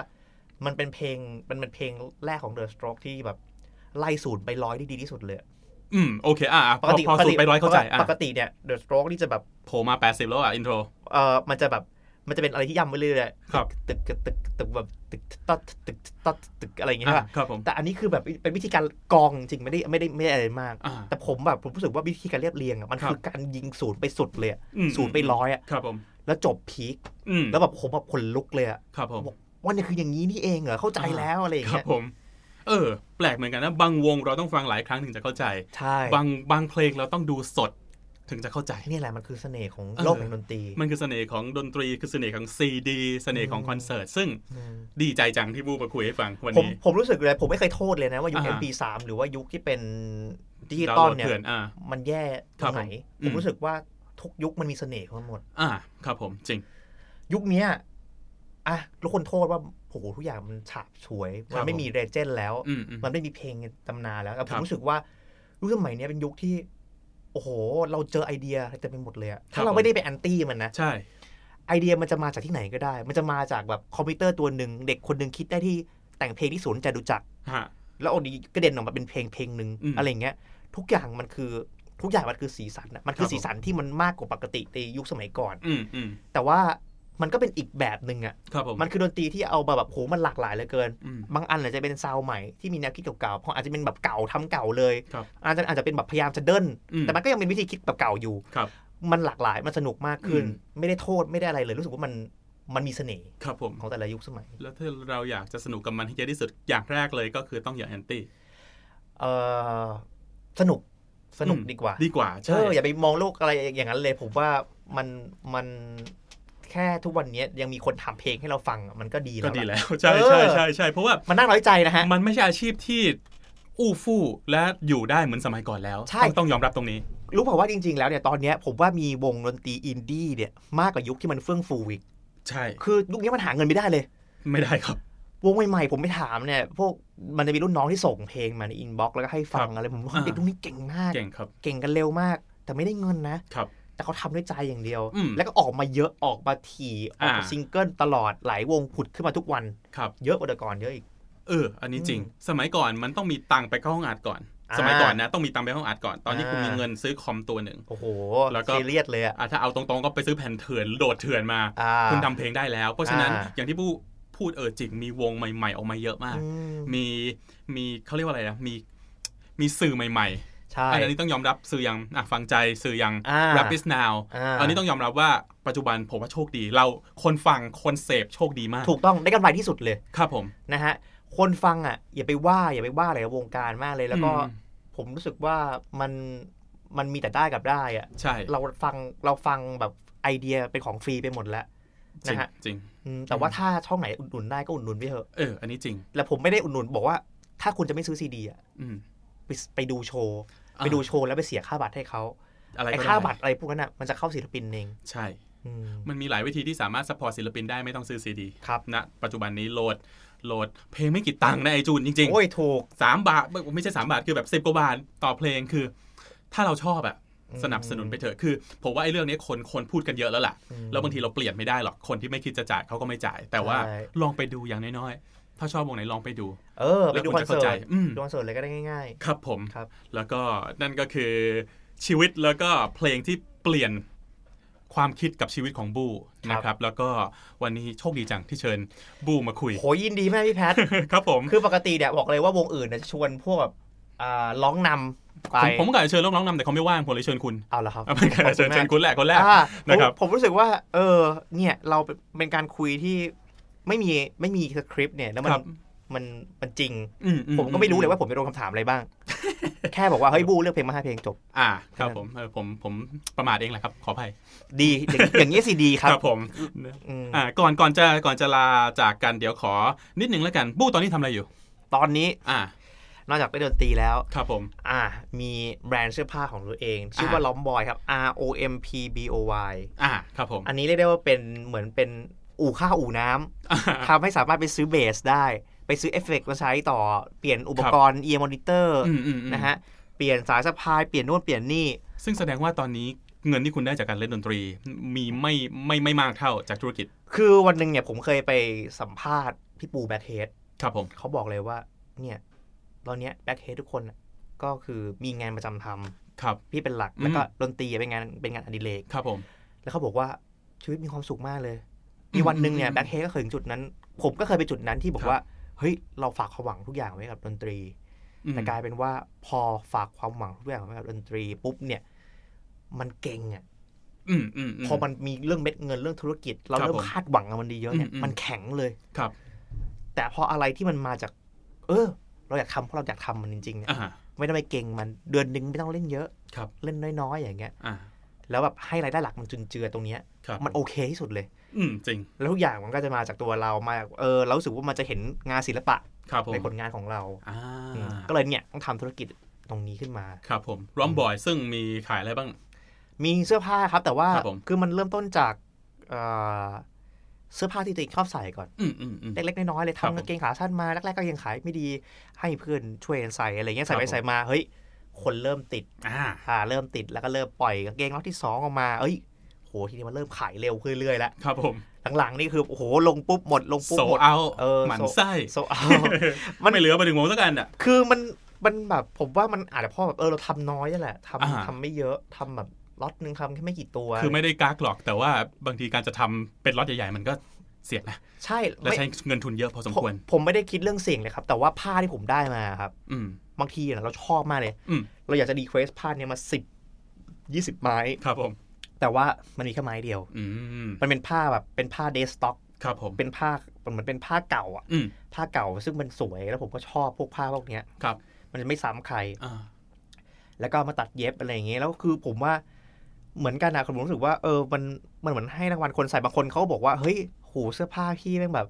S3: มันเป็นเพลงมันเป็นเพลงแรกของ The Stroke ที่แบบไล่สูตรไปร้อยได้ดีที่สุดเลย
S2: อืมโอเคอ่าอ่าพอพอสูตรไปร้อยเข้าใจอ่ะ
S3: ปกติเนี่ย The Stroke นี่จะแบบ
S2: โผล่มา 80 แล้วอ่ะอินโทร
S3: เออมันจะแบบมันจะเป็นอะไรที่ย่ำไปเรื่อยๆ
S2: ครับ
S3: ตึกตึกตึกตึกแบบตึกตัดตึกตัดตึกอะไรอย่างเงี้ย
S2: อ่ะค
S3: ใช่ปะ
S2: รับผม
S3: แต่อันนี้คือแบบเป็นวิธีการกรองจริงๆไม่ได้ไม่ได้ไม่ได้อะไรมาก
S2: อ่า
S3: แต่ผมแบบผมรู้สึกว่าวิธีการเรียบเรียงอะมัน
S2: ครับ
S3: คือการยิงศูนย์ไปสุดเลยอะ
S2: อืม
S3: ศูนย์ไปร้อยอะ
S2: ครับผม
S3: แล้วจบพีค
S2: อืม
S3: แล้วแบบผมแบบขนลุกเลยอะ
S2: ครับผม
S3: บอกว่าเนี่ยคืออย่างนี้นี่เองเหรอเข้าใจแล้วอะไรอย่าง
S2: ครับ
S3: เงี้ย
S2: ผม เออ แปลกเหมือนกันนะบางวงเราต้องฟังหลายครั้งถึงจะเข้าใจ
S3: ใช่
S2: บางบางเพลงเราต้องดูสดถึงจะเข้าใจ
S3: นี่แหละมันคือเสน่ห์ของ
S2: เออ
S3: โลกแห่งดนตรี
S2: มันคือเสน่ห์ของดนตรีคือเสน่ห์ของซีดีเสน่ห์ของคอนเสิร์ตซึ่ง
S3: อืม
S2: ดีใจจังที่บูมาคุยให้ฟังวัน
S3: ผม
S2: นี้
S3: ผมรู้สึกเลยผมไม่เคยโทษเลยนะว่ายุค
S2: อ่า
S3: MP3 หรือว่ายุคที่เป็นดิจิ
S2: ดาว
S3: ต
S2: โห
S3: อ
S2: ล
S3: ล
S2: ด
S3: เนี่ย
S2: เถื่อนอ่า
S3: มันแย่ต
S2: ครั
S3: ร
S2: บ
S3: งไหน
S2: ผมอื
S3: ผม มรู้สึกว่าทุกยุคมันมีเสน่ห์ของมันหมด
S2: อ่าครับผมจริง
S3: ยุคเนี้ยอ่ะทุกคนโทษว่าโอ้โหทุกอย่างมันฉาบฉวย
S2: ครั
S3: มั
S2: บ
S3: นไม่
S2: ผม
S3: มีเรเจนแล้ว
S2: อืมอืม
S3: มันไม่มีเพลงในตำนานแล้วแต่ผ
S2: ครั
S3: ม
S2: บ
S3: รู้สึกว่ายุคสมัยเนี้ยเป็นยุคที่ โอ้โห เราเจอไอเดียเต็มไปหมดเลยอะ
S2: ครั
S3: ถ้า
S2: บ
S3: เราไม่ได้ไปแอนตี้มันนะ
S2: ใช่
S3: ไอเดียมันจะมาจากที่ไหนก็ได้ มันจะมาจากแบบคอมพิวเตอร์ตัวหนึ่ง เด็กคนหนึ่งคิดได้ที่แต่งเพลงที่ศูนย์จตุจักร
S2: ฮะ
S3: แล้วเอันนี้กระเด็นออกมาเป็นเพลงเพลงหนึ่ง
S2: อืม
S3: อะไรอย่างเงี้ย ทุกอย่างมันคือทุกอย่างมันคือสีสันอะมัน
S2: ค
S3: คือ
S2: รับผม
S3: สีสันที่มันมากกว่าปกติในยุคสมัยก่อน
S2: อืมอืม
S3: แต่ว่ามันก็เป็นอีกแบบหนึ่งอะ
S2: ครับผม
S3: มันคือดนตรีที่เอามาแบบโหมันหลากหลายเหลือเกิน
S2: อืม
S3: บางอันอาจจะเป็นซาวด์ใหม่ที่มีแนวคิดเก่าๆเพราะอาจจะเป็นแบบเก่าทำเก่าเลย
S2: ครับ
S3: อาจจะอาจจะเป็นแบบพยายามจะเดิน
S2: อืม
S3: แต่มันก็ยังเป็นวิธีคิดแบบเก่าอยู่
S2: ครับ
S3: มันหลากหลาย มันสนุกมากขึ้น
S2: อืม
S3: ไม่ได้โทษไม่ได้อะไรเลย รู้สึกว่ามันมันมีเสน่ห์
S2: ครับผม
S3: ของแต่ละยุคสมัย
S2: แล้วถ้าเราอยากจะสนุกกับมันให้เยอะที่สุดอย่างแรกเลยก็คือต้องอย่าแอนตี้
S3: เออสนุกสนุก
S2: อืม
S3: ดีกว่า
S2: ดีกว่า
S3: เอ
S2: ใช่
S3: ออย่าไปมองโลกอะไรอย่างนั้นเลย ผมว่ามันมันแค่ทุกวันนี้ยังมีคนทำเพลงให้เราฟังอะมันก็ดีแล้ว
S2: ก็ดี
S3: อะ
S2: แล้ว <laughs> ใช่
S3: เออ
S2: ใช่ใช่ใช่เพราะว่า
S3: มันน่าน้อยใจนะฮะ
S2: มันไม่ใช่อาชีพที่อู้ฟู่และอยู่ได้เหมือนสมัยก่อนแล้ว
S3: ใช่
S2: ต้องต้องยอมรับตรงนี้
S3: รู้เปล่าว่าจริงๆ แล้วเนี่ยตอนเนี้ยผมว่ามีวงดนตรีอินดี้เนี่ยมากกว่ายุคที่มันเฟื่องฟูอีก
S2: ใช่
S3: คือยุคนี้มันหาเงินไม่ได้เลย
S2: ไม่ได้ครับ
S3: วงใหม่ๆผมไปถามเนี่ย พวกมันจะมีรุ่นน้องที่ส่งเพลงมาในอินบ็อกซ์แล้วก็ให้ฟังอะไรผมว่า
S2: อ่า
S3: เด็กรุ่นนี้เก่งมาก
S2: เก่งครับ
S3: เก่งกันเร็วมาก แต่ไม่ได้เงินนะ
S2: ครับ
S3: แต่เขาทำด้วยใจอย่างเดียว
S2: อืม
S3: แล้วก็ออกมาเยอะออกมาถี่ออกมา
S2: อ่า
S3: ซิงเกิลตลอดหลายวงผุดขึ้นมาทุกวัน
S2: ครับ
S3: เยอะกว่าแต่ก่อนเยอะอีก
S2: เออ อันนี้จริง
S3: อื
S2: สมัยก่อนมันต้องมีตังค์ไปเข้าห้องอัดก่อน
S3: อ่า
S2: สมัยก่อนนะ ต้องมีตังค์ไปเข้าห้องอัดก่อน ตอนนี้
S3: อ่า
S2: คุณมีเงินซื้อคอมตัวหนึ่ง
S3: โอ้โห
S2: แล้วก็
S3: ซีเรียสเลยอะ
S2: อ่ะถ้าเอาตรงๆก็ไปซื้อแผ่นเถื่อนโดดเถื่อนมา
S3: อ่า
S2: คุณทำเพลงได้แล้ว เพราะฉะนั้น
S3: อ่า
S2: อย่างที่ผู้พูดเออจริง มีวงใหม่ๆ ออกมาเยอะมาก
S3: อืม
S2: มีมีเขาเรียกว่าอะไรนะ มีมีสื่อใหม่
S3: ใช่
S2: ๆ อันนี้ต้องยอมรับสื่ออย่างอ่ะฟังใจสื่ออย่าง
S3: อ่า
S2: rap is now
S3: อ่า
S2: อันนี้ต้องยอมรับว่าปัจจุบันผมว่าโชคดี เราคนฟังคนเสพโชคดีมาก
S3: ถูกต้องได้กำไรที่สุดเลย
S2: ครับผม
S3: นะฮะ คนฟังอ่ะ อย่าไปว่า อย่าไปว่าอะไรกับวงการมากเลย แล้วก็
S2: อืม
S3: ผมรู้สึกว่ามันมันมีแต่ได้กับได้อ่ะ
S2: ใช่
S3: เราฟังเราฟังแบบไอเดียเป็นของฟรีไปหมดแล้ว
S2: จริง
S3: นะฮะ
S2: จริง
S3: อืมแต่ว่าถ้าช่องไหนอุดหนุนได้ก็อุดหนุนไปเถอะ
S2: เออ อันนี้จริง
S3: แล้วผมไม่ได้อุดหนุนบอกว่า ถ้าคุณจะไม่ซื้อซีดีอ่ะ
S2: อืม
S3: ไปไปดูโชว์
S2: อ่ะ
S3: ไปดูโชว์แล้วไปเสียค่าบัตรให้เขา
S2: อะไร
S3: ไอ้
S2: ก็ได้
S3: ค่าบัตรอะไรพวกนั้นอ่ะมันจะเข้าศิลปินเอง
S2: ใช่
S3: อืม
S2: มันมีหลายวิธีที่สามารถสปอร์ตศิลปินได้ไม่ต้องซื้อซีดี
S3: ครับ
S2: ณปัจจุบันนี้โหลดโหลดเพลงไม่กี่ตังค์นะไอจูนจริง
S3: โอ้ยถูก
S2: ๆสามบาทไม่ไม่ใช่สามบาทคือแบบสิบ10กว่าบาทต่อเพลงคือ ถ้าเราชอบอะสนับสนุนไปเถอะคือ ผมว่าไอ้เรื่องนี้คนคนพูดกันเยอะแล้วล่ะ
S3: อืม
S2: แล้วบางทีเราเปลี่ยนไม่ได้หรอกคนที่ไม่คิดจะจ่ายเขาก็ไม่จ่าย แต่ว่า
S3: ใช่
S2: ลองไปดูอย่างน้อยๆ ถ้าชอบวงไหนลองไปดู
S3: เออไปดูคอน
S2: แล้วคุณจะ
S3: เสิร์
S2: เข้า
S3: ต
S2: ใจอืม
S3: ดูคอนเสิร์ตเลยก็ได้ง่าย
S2: ครับผม
S3: ครับ
S2: แล้วก็นั่นก็คือชีวิตแล้วก็เพลงที่เปลี่ยนความคิดกับชีวิตของบูนะครับ แล้วก็วันนี้โชคดีจังที่เชิญบูมาคุย
S3: ๆ โหยิน
S2: <laughs>
S3: ดีแม่พี่แพท
S2: ครับผม
S3: คือปกติเนี่ยบอกเลยว่าวงอื่นเนี่ยจะชวนพวกแบบอ่าร้องนำ ไป
S2: ผมผมก็อาจจะเชิญน้องๆนำแต่เขาไม่ว่างผมเลยเชิญคุณ
S3: เอาละครับ
S2: เอาเป็นการเชิญเชิญคุณแหละคนแรก
S3: อ่า
S2: นะครับ
S3: ผมผมรู้สึกว่า เออ เนี่ย เราเป็นเป็นการคุยที่ไม่มีไม่มีสคริปต์เนี่ยแล้วมัน
S2: ครับ
S3: มันมันจริง
S2: อือื
S3: ผมก็ไม่รู้เลยว่าผมจะโดนคำถามอะไรบ้าง <laughs> แค่บอกว่า เฮ้ยบูเลือกเพลงมาห้าเพลงจบ
S2: อ่าครับผมเออผมผมประมาทเองแหละครับขออภัย <laughs>
S3: ดีอย่างอย่างนี้สิดีครับ
S2: ผม
S3: อืม
S2: อ่าก่อนก่อนจะก่อนจะลาจากกันเดี๋ยวขอนิดนึงแล้วกันบู้ตอนนี้ทำอะไรอยู่
S3: ตอนนี้
S2: อ่าน
S3: อกจากเป็นดนตรีแล้ว
S2: ครับผม
S3: อ่า มีแบรนด์เสื้อผ้าของตัวเอง ชื่อ
S2: อ่า
S3: ว่าล้อมบอยครับ R O M P B O Y
S2: อ่าครับผม
S3: อันนี้เรียกได้ว่าเป็นเหมือนเป็นอู่ข้าวอู่น้ำ
S2: อ่า
S3: ทำให้สามารถไปซื้อเบสได้ ไปซื้อเอฟเฟกต์มาใช้ต่อเปลี่ยนอุปกรณ์เอียร์มอนิเตอร์
S2: อืมอืมอืม
S3: นะฮะ เปลี่ยนสายสะพายเปลี่ยนนู่นเปลี่ยนนี่
S2: ซึ่งแสดงว่าตอนนี้เงินที่คุณได้จากการเล่นดนตรี มีไม่ไม่ไม่มากเท่าจากธุรกิจ
S3: คือวันหนึ่งเนี่ยผมเคยไปสัมภาษณ์พี่ปูแบ็คเฮด
S2: ครับผม
S3: เขาบอกเลยว่า เนี่ยตอนเนี้ยแบ็คเฮดทุกคนน่ะก็คือมีงานประจำทำ
S2: ครับ
S3: พี่เป็นหลัก
S2: อืม
S3: แล้วก็ดนตรีอ่ะเป็นงานเป็นงานอดิเรก
S2: ครับผม
S3: แล้วเขาบอกว่าชีวิตมีความสุขมากเลยมีวันหนึ่งเนี่ย
S2: อืม
S3: แบ็คเฮดก็เคยถึงจุดนั้น ผมก็เคยไปจุดนั้นที่บอ
S2: ค
S3: ก
S2: รับ
S3: ว่าเฮ้ยเราฝากความหวังทุกอย่างไว้กับดนตรี
S2: อืม
S3: แต่กลายเป็นว่าพอฝากความหวังทุกอย่างไว้กับดนตรีปุ๊บเนี่ยมันเก่งอ่ะ
S2: อืมอืมอืม
S3: พอมันมีเรื่องเม็ดเงินเรื่องธุรกิจ เรา
S2: ครับ
S3: เริ่ม
S2: ผม
S3: คาดหวังกับมันดีเยอะเนี่ย
S2: อืมอืม
S3: มันแข็งเลย
S2: ครับ
S3: แต่พออะไรที่มันมาจาก เออ เราอยากทำเพราะเราอยากทำมันจริงๆเนี่ย
S2: อ่า
S3: ไม่ต้องไปเก่งมันเดือนหนึงไม่ต้องเล่นเยอะ
S2: ครับ
S3: เล่นน้อยๆอย่างเงี้ย
S2: อ่า
S3: แล้วแบบให้รายได้หลักมันจุนเจือตรงเนี้ย
S2: ครับ
S3: มันโอเคที่สุดเลย
S2: อืมจริง
S3: แล้วทุกอย่างมันก็จะมาจากตัวเรามาจากเออเรารู้สึกว่ามันจะเห็นงานศิลปะ
S2: ครับผม
S3: ในผลงานของเรา
S2: อ่า
S3: อืมก็เลยเนี่ยต้องทำธุรกิจตรงนี้ขึ้นมา
S2: ครับผมร้อมบอยซึ่งมีขายอะไรบ้าง
S3: มีเสื้อผ้าครับแต่ว่า
S2: ครับผม
S3: คือมันเริ่มต้นจากเอ่อเสื้อผ้าที่ตัวเองชอบใส่ก่อน
S2: อืมอืมอืม
S3: เล็กๆน้อยๆเลย
S2: ครับผม
S3: ทำกางเกงขาสั้นมาแรกๆก็ยังขายไม่ดีให้เพื่อนช่วยกันใส่อะไรเงี้ยใส่ไป
S2: ครับผม
S3: ใส่มาเฮ้ยคนเริ่มติด
S2: อ่า
S3: อ่าเริ่มติดแล้วก็เริ่มปล่อยกางเกงล็อตที่สองออกมา เอ้ยโหทีนี้มันเริ่มขายเร็วขึ้นเรื่อยๆแล้ว
S2: ครับผม
S3: หลังๆนี่คือโอ้โหลงปุ๊บหมดลงปุ๊บ
S2: โซ
S3: หมด
S2: เอา
S3: เออ
S2: หมันไส้
S3: โซเอา <laughs> มั
S2: มัน
S3: น
S2: ไม่เหลือไปถึงวงสักอันอ่ะ
S3: คือมันมันแบบผมว่ามันอาจจะเพ่อแบบเออเราทำน้อยนั่นแหละทำ
S2: อ่า
S3: ทำไม่เยอะทำแบบล็อตนึงทำแค่ไม่กี่ตัว
S2: คือไม่ได้กากหรอกแต่ว่าบางทีการจะทำเป็นล็อตใหญ่ๆมันก็เสี่ยงนะ
S3: ใช่
S2: และ
S3: ไม่
S2: ใช้เงินทุนเยอะพอสม
S3: ผม
S2: ควร
S3: ผมไม่ได้คิดเรื่องเสี่ยงเลยครับ แต่ว่าผ้าที่ผมได้มาครับ
S2: อืม
S3: บางทีอะเราชอบมากเลย
S2: อืม
S3: เราอยากจะดีเควสผ้าเนี้ยมาสิบยี่สิบไม้
S2: ครับผม
S3: แต่ว่ามันมีแค่ไม้เดียว
S2: อืม
S3: มันเป็นผ้าแบบเป็นผ้าเดสต็อก
S2: ครับผม
S3: เป็นผ้าเหมือนเป็นผ้าเก่าอะ
S2: อืม
S3: ผ้าเก่าซึ่งมันสวยแล้วผมก็ชอบพวกผ้าพวกเนี้ย
S2: ครับ
S3: มันจะไม่ซ้ำใคร
S2: อ่า
S3: แล้วก็เอามาตัดเย็บอะไรอย่างเงี้ยแล้วคือผมว่าเหมือนกันนะผมรู้สึกว่าเออมันมันเหมือนให้รางวัลคนใส่บางคนเขาก็บอกว่าเฮ้ยโหเสื้อผ้าพี่แม่งแบบ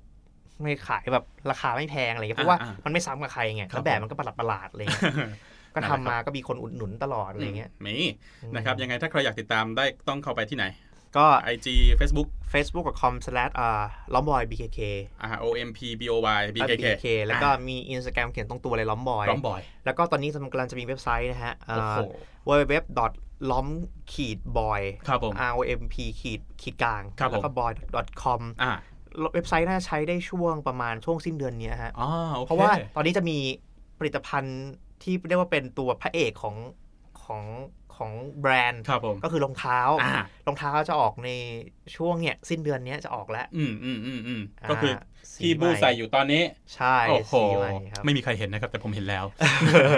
S3: ไม่ขายแบบราคาไม่แพงอะไรเงี้ยเพราะว่ามันไม่ซ้ำกับใครไงแล้วแบบมันก็ประหลาดประหลาดๆ <laughs> อะไรเงี้ยก็ทำมาก็มีคนอุดหนุนตลอ <laughs> ดอะไรเงี้ย
S2: มีนะครับ ยังไงถ้าใครอยากติดตามได้ต้องเข้าไปที่ไหน
S3: ก็
S2: IG Facebook
S3: facebook.com slash ล้อมบอย bkk
S2: R O M P B O Y B K K
S3: แล้วก็มี Instagram เขียนตรงตัวเลยล้อมบอย
S2: ร้องบอย
S3: แล้วก็ตอนนี้กำลังจะมีเว็บไซต์นะฮะอ่า
S2: โอ้โห
S3: w w w ล้อมขีดบอย
S2: ครับผม
S3: r o m p ขีดขีดกลาง
S2: ครับผม
S3: แล้วก็ boy com
S2: อ่า
S3: เว็บไซต์น่าใช้ได้ช่วงประมาณช่วงสิ้นเดือนเนี้ยฮะ
S2: อ๋อโอเค
S3: เพราะว่าตอนนี้จะมีผลิตภัณฑ์ที่เรียกว่าเป็นตัวพระเอกของของของแบรนด์
S2: ครับผม
S3: ก็คือรองเท้า
S2: อ่า
S3: รองเท้าจะออกในช่วงเนี่ยสิ้นเดือนเนี้ยจะออกแล้ว
S2: อืมอืมอืมอืมก็คืออา
S3: สี
S2: ที่บู
S3: ใหม่
S2: ใส่อยู่ตอนนี้
S3: ใช่
S2: โอ้โห
S3: สีใหม่ครับ
S2: ไม่มีใครเห็นนะครับ แต่ผมเห็นแล้ว <laughs>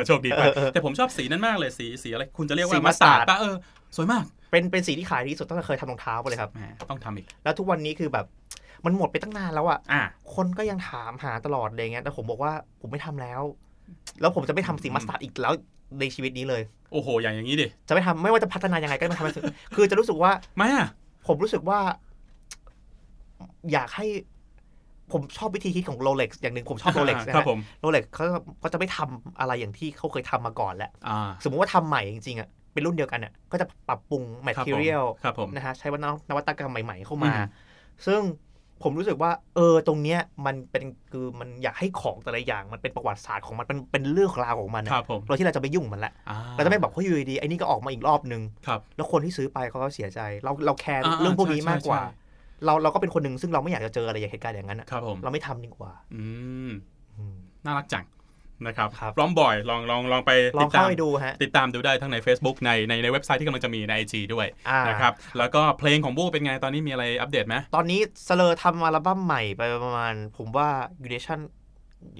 S2: โชคดีไป แต่ผมชอบสีนั้นมากเลยสีสีอะไร คุณจะเรียก
S3: สี
S2: ว่ามั
S3: มั
S2: ส
S3: ส
S2: ตา
S3: ตาร์
S2: ร์ด
S3: ด
S2: ปะเออ สวยมาก
S3: เป็นเป็นสีที่ขายดีที่สุดตั้งแต่เคยทำรองเท้าไปเลยครับ
S2: แหมต้องทำอีก
S3: แล้วทุกวันนี้คือแบบมันหมดไปตั้งนานแล้วอะ
S2: อ่า
S3: คนก็ยังถามหาตลอดอะไรเงี้ย แต่ผมบอกว่าผมไม่ทำแล้ว แล้วผมจะไม่ทำสีมัสตาร์ดอีกแล้วในชีวิตนี้เลย
S2: โอ้โห อย่างอย่างนี้ดิ
S3: จะไม่ทำไม่ว่าจะพัฒนายังไงก็ไม่ทำให้ <laughs> สุด คือจะรู้สึกว่า
S2: ไม่อ่ะ
S3: ผมรู้สึกว่า อยากให้ ผมชอบวิธีคิดของโรเล็กซ์อย่างหนึ่งผมชอบโรเล็กซ์
S2: <laughs>
S3: นะ
S2: ครั
S3: ฮะ
S2: บผม
S3: โรเล็กซ์เขาก็จะไม่ทำอะไรอย่างที่เขาเคยทำมาก่อนแหละ
S2: อ่า
S3: สมมุติว่าทำใหม่จริงๆอ่ะเป็นรุ่นเดียวกันอ่ะ ก็จะปรับปรุงแมท
S2: ครับ
S3: เท
S2: ผม
S3: อเรียล
S2: ครับผม
S3: นะฮะใช้วันนวัตกรรมใหม่ ๆ เข้ามา
S2: อืม
S3: ซึ่งผมรู้สึกว่า เออตรงเนี้ยมันเป็นคือมันอยากให้ของแต่ละอย่าง มันเป็นประวัติศาสตร์ของมันเป็นเป็นเรื่องราวของมัน
S2: ค
S3: อะ
S2: รับผม
S3: เราที่เราจะไปยุ่งมันละ
S2: อ่
S3: เราจะไม่บอกว่าอยู่ดีๆไอ้นี่ก็ออกมาอีกรอบนึง
S2: ครับ
S3: แล้วคนที่ซื้อไปเขาก็เสียใจ เราเราแคร์
S2: อ่า
S3: เรื่องพวกนี้
S2: ใช่
S3: มากกว่า
S2: ใช่ใช่
S3: เราเราก็เป็นคนหนึ่งซึ่งเราไม่อยากจะเจออะไรอย่างเหตุการณ์อย่างนั้นอะ
S2: ครับผม
S3: เราไม่ทำดีกว่า
S2: อืม
S3: อืม
S2: น่ารักจังนะครับ
S3: ครับ
S2: ร้อมบ่อยลองลองลองไป
S3: ลอ
S2: ติดตา
S3: งเข้าม ไปดูฮะ
S2: ติดตามดูได้ทั้งใน Facebook ในในในเว็บไซต์ที่กำลังจะมีใน IG ด้วย
S3: อ่า
S2: นะครับแล้วก็เพลงของบู้เป็นไงตอนนี้มีอะไรอัปเดตไหม
S3: ตอนนี้เสเลอทำอัลบั้มใหม่ไปประมาณ ผมว่าอยู่ในชั้น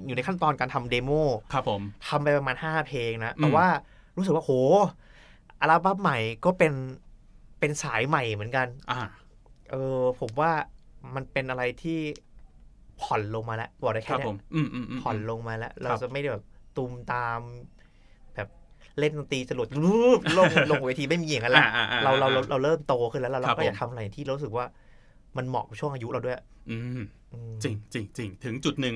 S3: อยู่ในขั้นตอนการทำเดโม
S2: ครับผม
S3: ทำไปประมาณ 5 เพลงนะ
S2: อืม
S3: แต่ว่า รู้สึกว่าโหอัลบั้มใหม่ก็เป็นเป็นสายใหม่เหมือนกัน
S2: อ่า
S3: เออผมว่ามันเป็นอะไรที่ผ่อนลงมาแล้วบอกได้
S2: ครั
S3: แค่
S2: บผ
S3: เนี้ย
S2: ม อืมอืมม
S3: ผ่อนลงมาแล้ว เรา
S2: ครับ
S3: จะไม่ได้แบบตูมตาม แบบเล่นดนตรีจรวดรูปลงลงเวทีไม่มีอย่างนั้นแล้ว
S2: อ่อ่อ่
S3: เราเราเราเราเริ่มโตขึ้นแล้วแล้ว
S2: ครับ
S3: เราก็อยาก
S2: ผม
S3: ทำอะไรที่เรารู้สึกว่า มันเหมาะกับช่วงอายุเราด้วย
S2: อืม
S3: อืม
S2: จริงจริงจริงถึงจุดหนึ่ง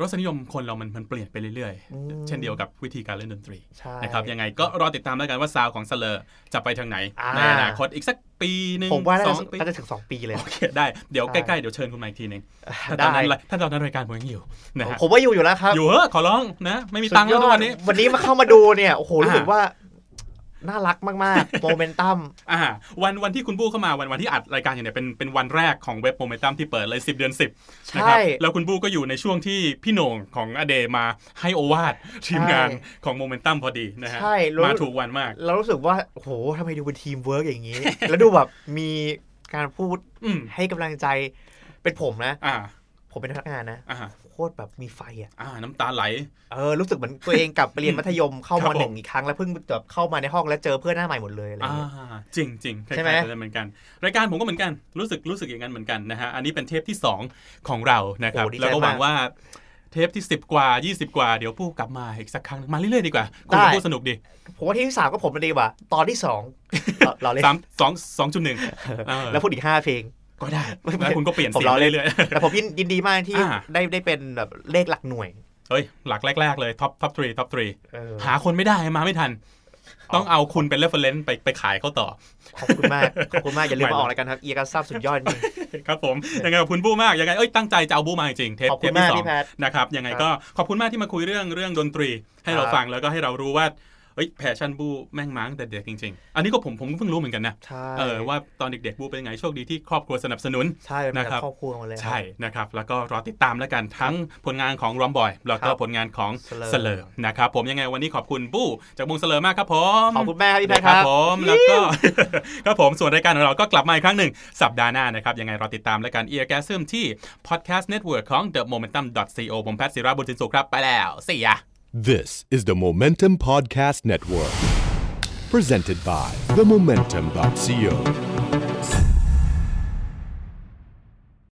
S2: รสนิยมคนเรามันมันเปลี่ยนไปเรื่อย
S3: อืม
S2: ๆ เช่นเดียวกับวิธีการเล่นดนตรี
S3: ใช่
S2: นะครับยังไงก็รอติดตามแล้วกันว่าซาวของเสลอร์จะไปทางไหน
S3: อ่า
S2: ในอนาคตอีกสักปีหนึ่ง
S3: ผมว่าน่า
S2: ส
S3: จะ
S2: องปี
S3: น่าจะถึงสองปีเลย
S2: โอเคได้เดี๋ยว
S3: ใช่
S2: ใกล้ๆ เดี๋ยวเชิญคุณมาอีกทีหนึงถ้าต
S3: ได้
S2: อนนั้นถ้าตอนนั้นรายการผมยังอยู่นะฮะ
S3: ผมว่าอยู่อยู่แล้วครับ
S2: อยู่เหอะขอร้องนะ ไม่มีตังค์แล้ว
S3: สุ
S2: ทุ
S3: ดยอด
S2: กวันนี้
S3: วันนี้มาเข้ามาดูเนี่ยโอ้โห
S2: อ่า
S3: รู้สึกว่า น่ารักมากๆโมเมนตัม
S2: อ่าวันวันที่คุณบู้เข้ามาวันวันที่อัดรายการอยู่เนี่ยเป็นเป็นวันแรกของเว็บโมเมนตัมที่เปิดเลย 10 เดือน 10นะครับ
S3: ใช่
S2: แล้วคุณบู้ก็อยู่ในช่วงที่พี่โหน่งของอเดมาให้โอวาดทีมงาน
S3: ใช่
S2: ของโมเมนตัมพอดีนะฮะ
S3: ใช่แล้ว
S2: มาถูกวันมาก
S3: เรารู้สึกว่าโอ้โหทำไมดูเป็นทีมเวิร์กอย่างนี้ แล้วดูแบบมีการพูด
S2: อืม
S3: ให้กำลังใจ เป็นผมนะ
S2: อ่า
S3: ผมเป็นพนักงานนะ
S2: อ่า
S3: โคตรแบบมีไฟอ่ะ
S2: อ่าน้ำตาไหล
S3: เออรู้สึกเหมือนตัวเองกลับไปเรียนมัธยมเข้า
S2: ครั
S3: มา
S2: บผม
S3: หนึ่งอีกครั้งแล้วเพิ่งแบบเข้ามาในห้องแล้วเจอเพื่อนหน้าใหม่หมดเลยอะไรอ
S2: อ่า
S3: ย่างเงี้ย
S2: จริงจริงๆคล้ายๆ
S3: ใช่ไหม
S2: กันเหมือนกันรายการผมก็เหมือนกันรู้สึกรู้สึกอย่างนั้นเหมือนกันนะฮะอันนี้เป็นเทปที่ 2 ของเรานะครับ
S3: โอ้ดีใจ
S2: แล้วก็หวัง
S3: มาก
S2: ว่าเทปที่ 10 กว่า 20 กว่าเดี๋ยวปู้กลับมาอีกสักครั้งมาเรื่อยๆดีกว่าคุยกับ
S3: ได้
S2: ปู้สนุกดี
S3: ผมว่าที่ที่สามก็ผมมันดีกว่า ตอนที่
S2: <laughs>
S3: สองเราเราเล่น
S2: สามสองสองจุดหนึ่ง
S3: แล้วพูดอีกห้าเพลง
S2: ก็ได้แล้วคุณก็เปลี่ยน
S3: ผม
S2: เสีย
S3: ล้
S2: ง
S3: อเล่น
S2: เรื่อย
S3: แต่ผมยินยินดีมากที่
S2: อ่า
S3: ได้ได้เป็นแบบเลขหลักหน่วย
S2: ๆเฮ้ย หลักแรก ๆ เลยท็อปท็อปทรีท็อปทรี
S3: เออ
S2: หาคนไม่ได้มาไม่ทัน ต้องเอาคุณเป็นเรฟเฟอร์เรนซ์ไปไปขายเขาต่อ
S3: ขอบคุณมาก
S2: <laughs>
S3: ขอบคุณมาก อย่าลืมมาออกรายการครับ เอียกันซับสุดยอดจริง
S2: ครับ
S3: <laughs>
S2: ผม ยังไงขอบคุณบู้มาก ยังไงเอ้ยตั้งใจจะเอาบู้มาจริงๆเทป
S3: ขอบ
S2: เท
S3: คุ
S2: ป
S3: ณ
S2: ที่
S3: มาก
S2: สอ
S3: พี่
S2: ง
S3: แพทย์
S2: นะครับ ยังไงก็ขอบคุณมากที่มาคุยเรื่องเรื่องดนตรี ให้เรา
S3: ครับ
S2: ฟังแล้วก็ให้เรารู้ว่าเอ้ยแพชชั่นบู้แม่งมั้งแต่เด็กจริง ๆ อันนี้ก็ผมผมก็เพิ่งรู้เหมือนกันนะ
S3: ใช่
S2: เออว่าตอนเด็กๆบู้เป็นยังไงโชคดีที่ครอบครัวสนับสนุน
S3: ใช่เป็น
S2: นะครับ
S3: ครอบครัวหมาเลย
S2: ใช่นะครับ แล้วก็รอติดตามแล้วกันทั้งผลงานของรอมบอย แล้วก็
S3: ครับ
S2: ผลงานของ
S3: เสลอ
S2: เสลอนะครับ ผมยังไงวันนี้ขอบคุณบู้จากวงเสลอมากครับผม
S3: ขอบคุณแม่ครับพี่แพทย์
S2: ค
S3: ค
S2: รั
S3: รั
S2: บบ ผมแล้วก็ <laughs> ครับผมส่วนรายการของเราก็กลับมาอีกครั้งหนึ่ง สัปดาห์หน้านะครับ ยังไงรอติดตามแล้วกัน e a r g a s m ที่ podcast network ของ the momentum co ผมแพทย์ศิราบุญจินสุขครับไปแล้วสี่อะ
S1: This is the Momentum Podcast Network, presented by themomentum.co.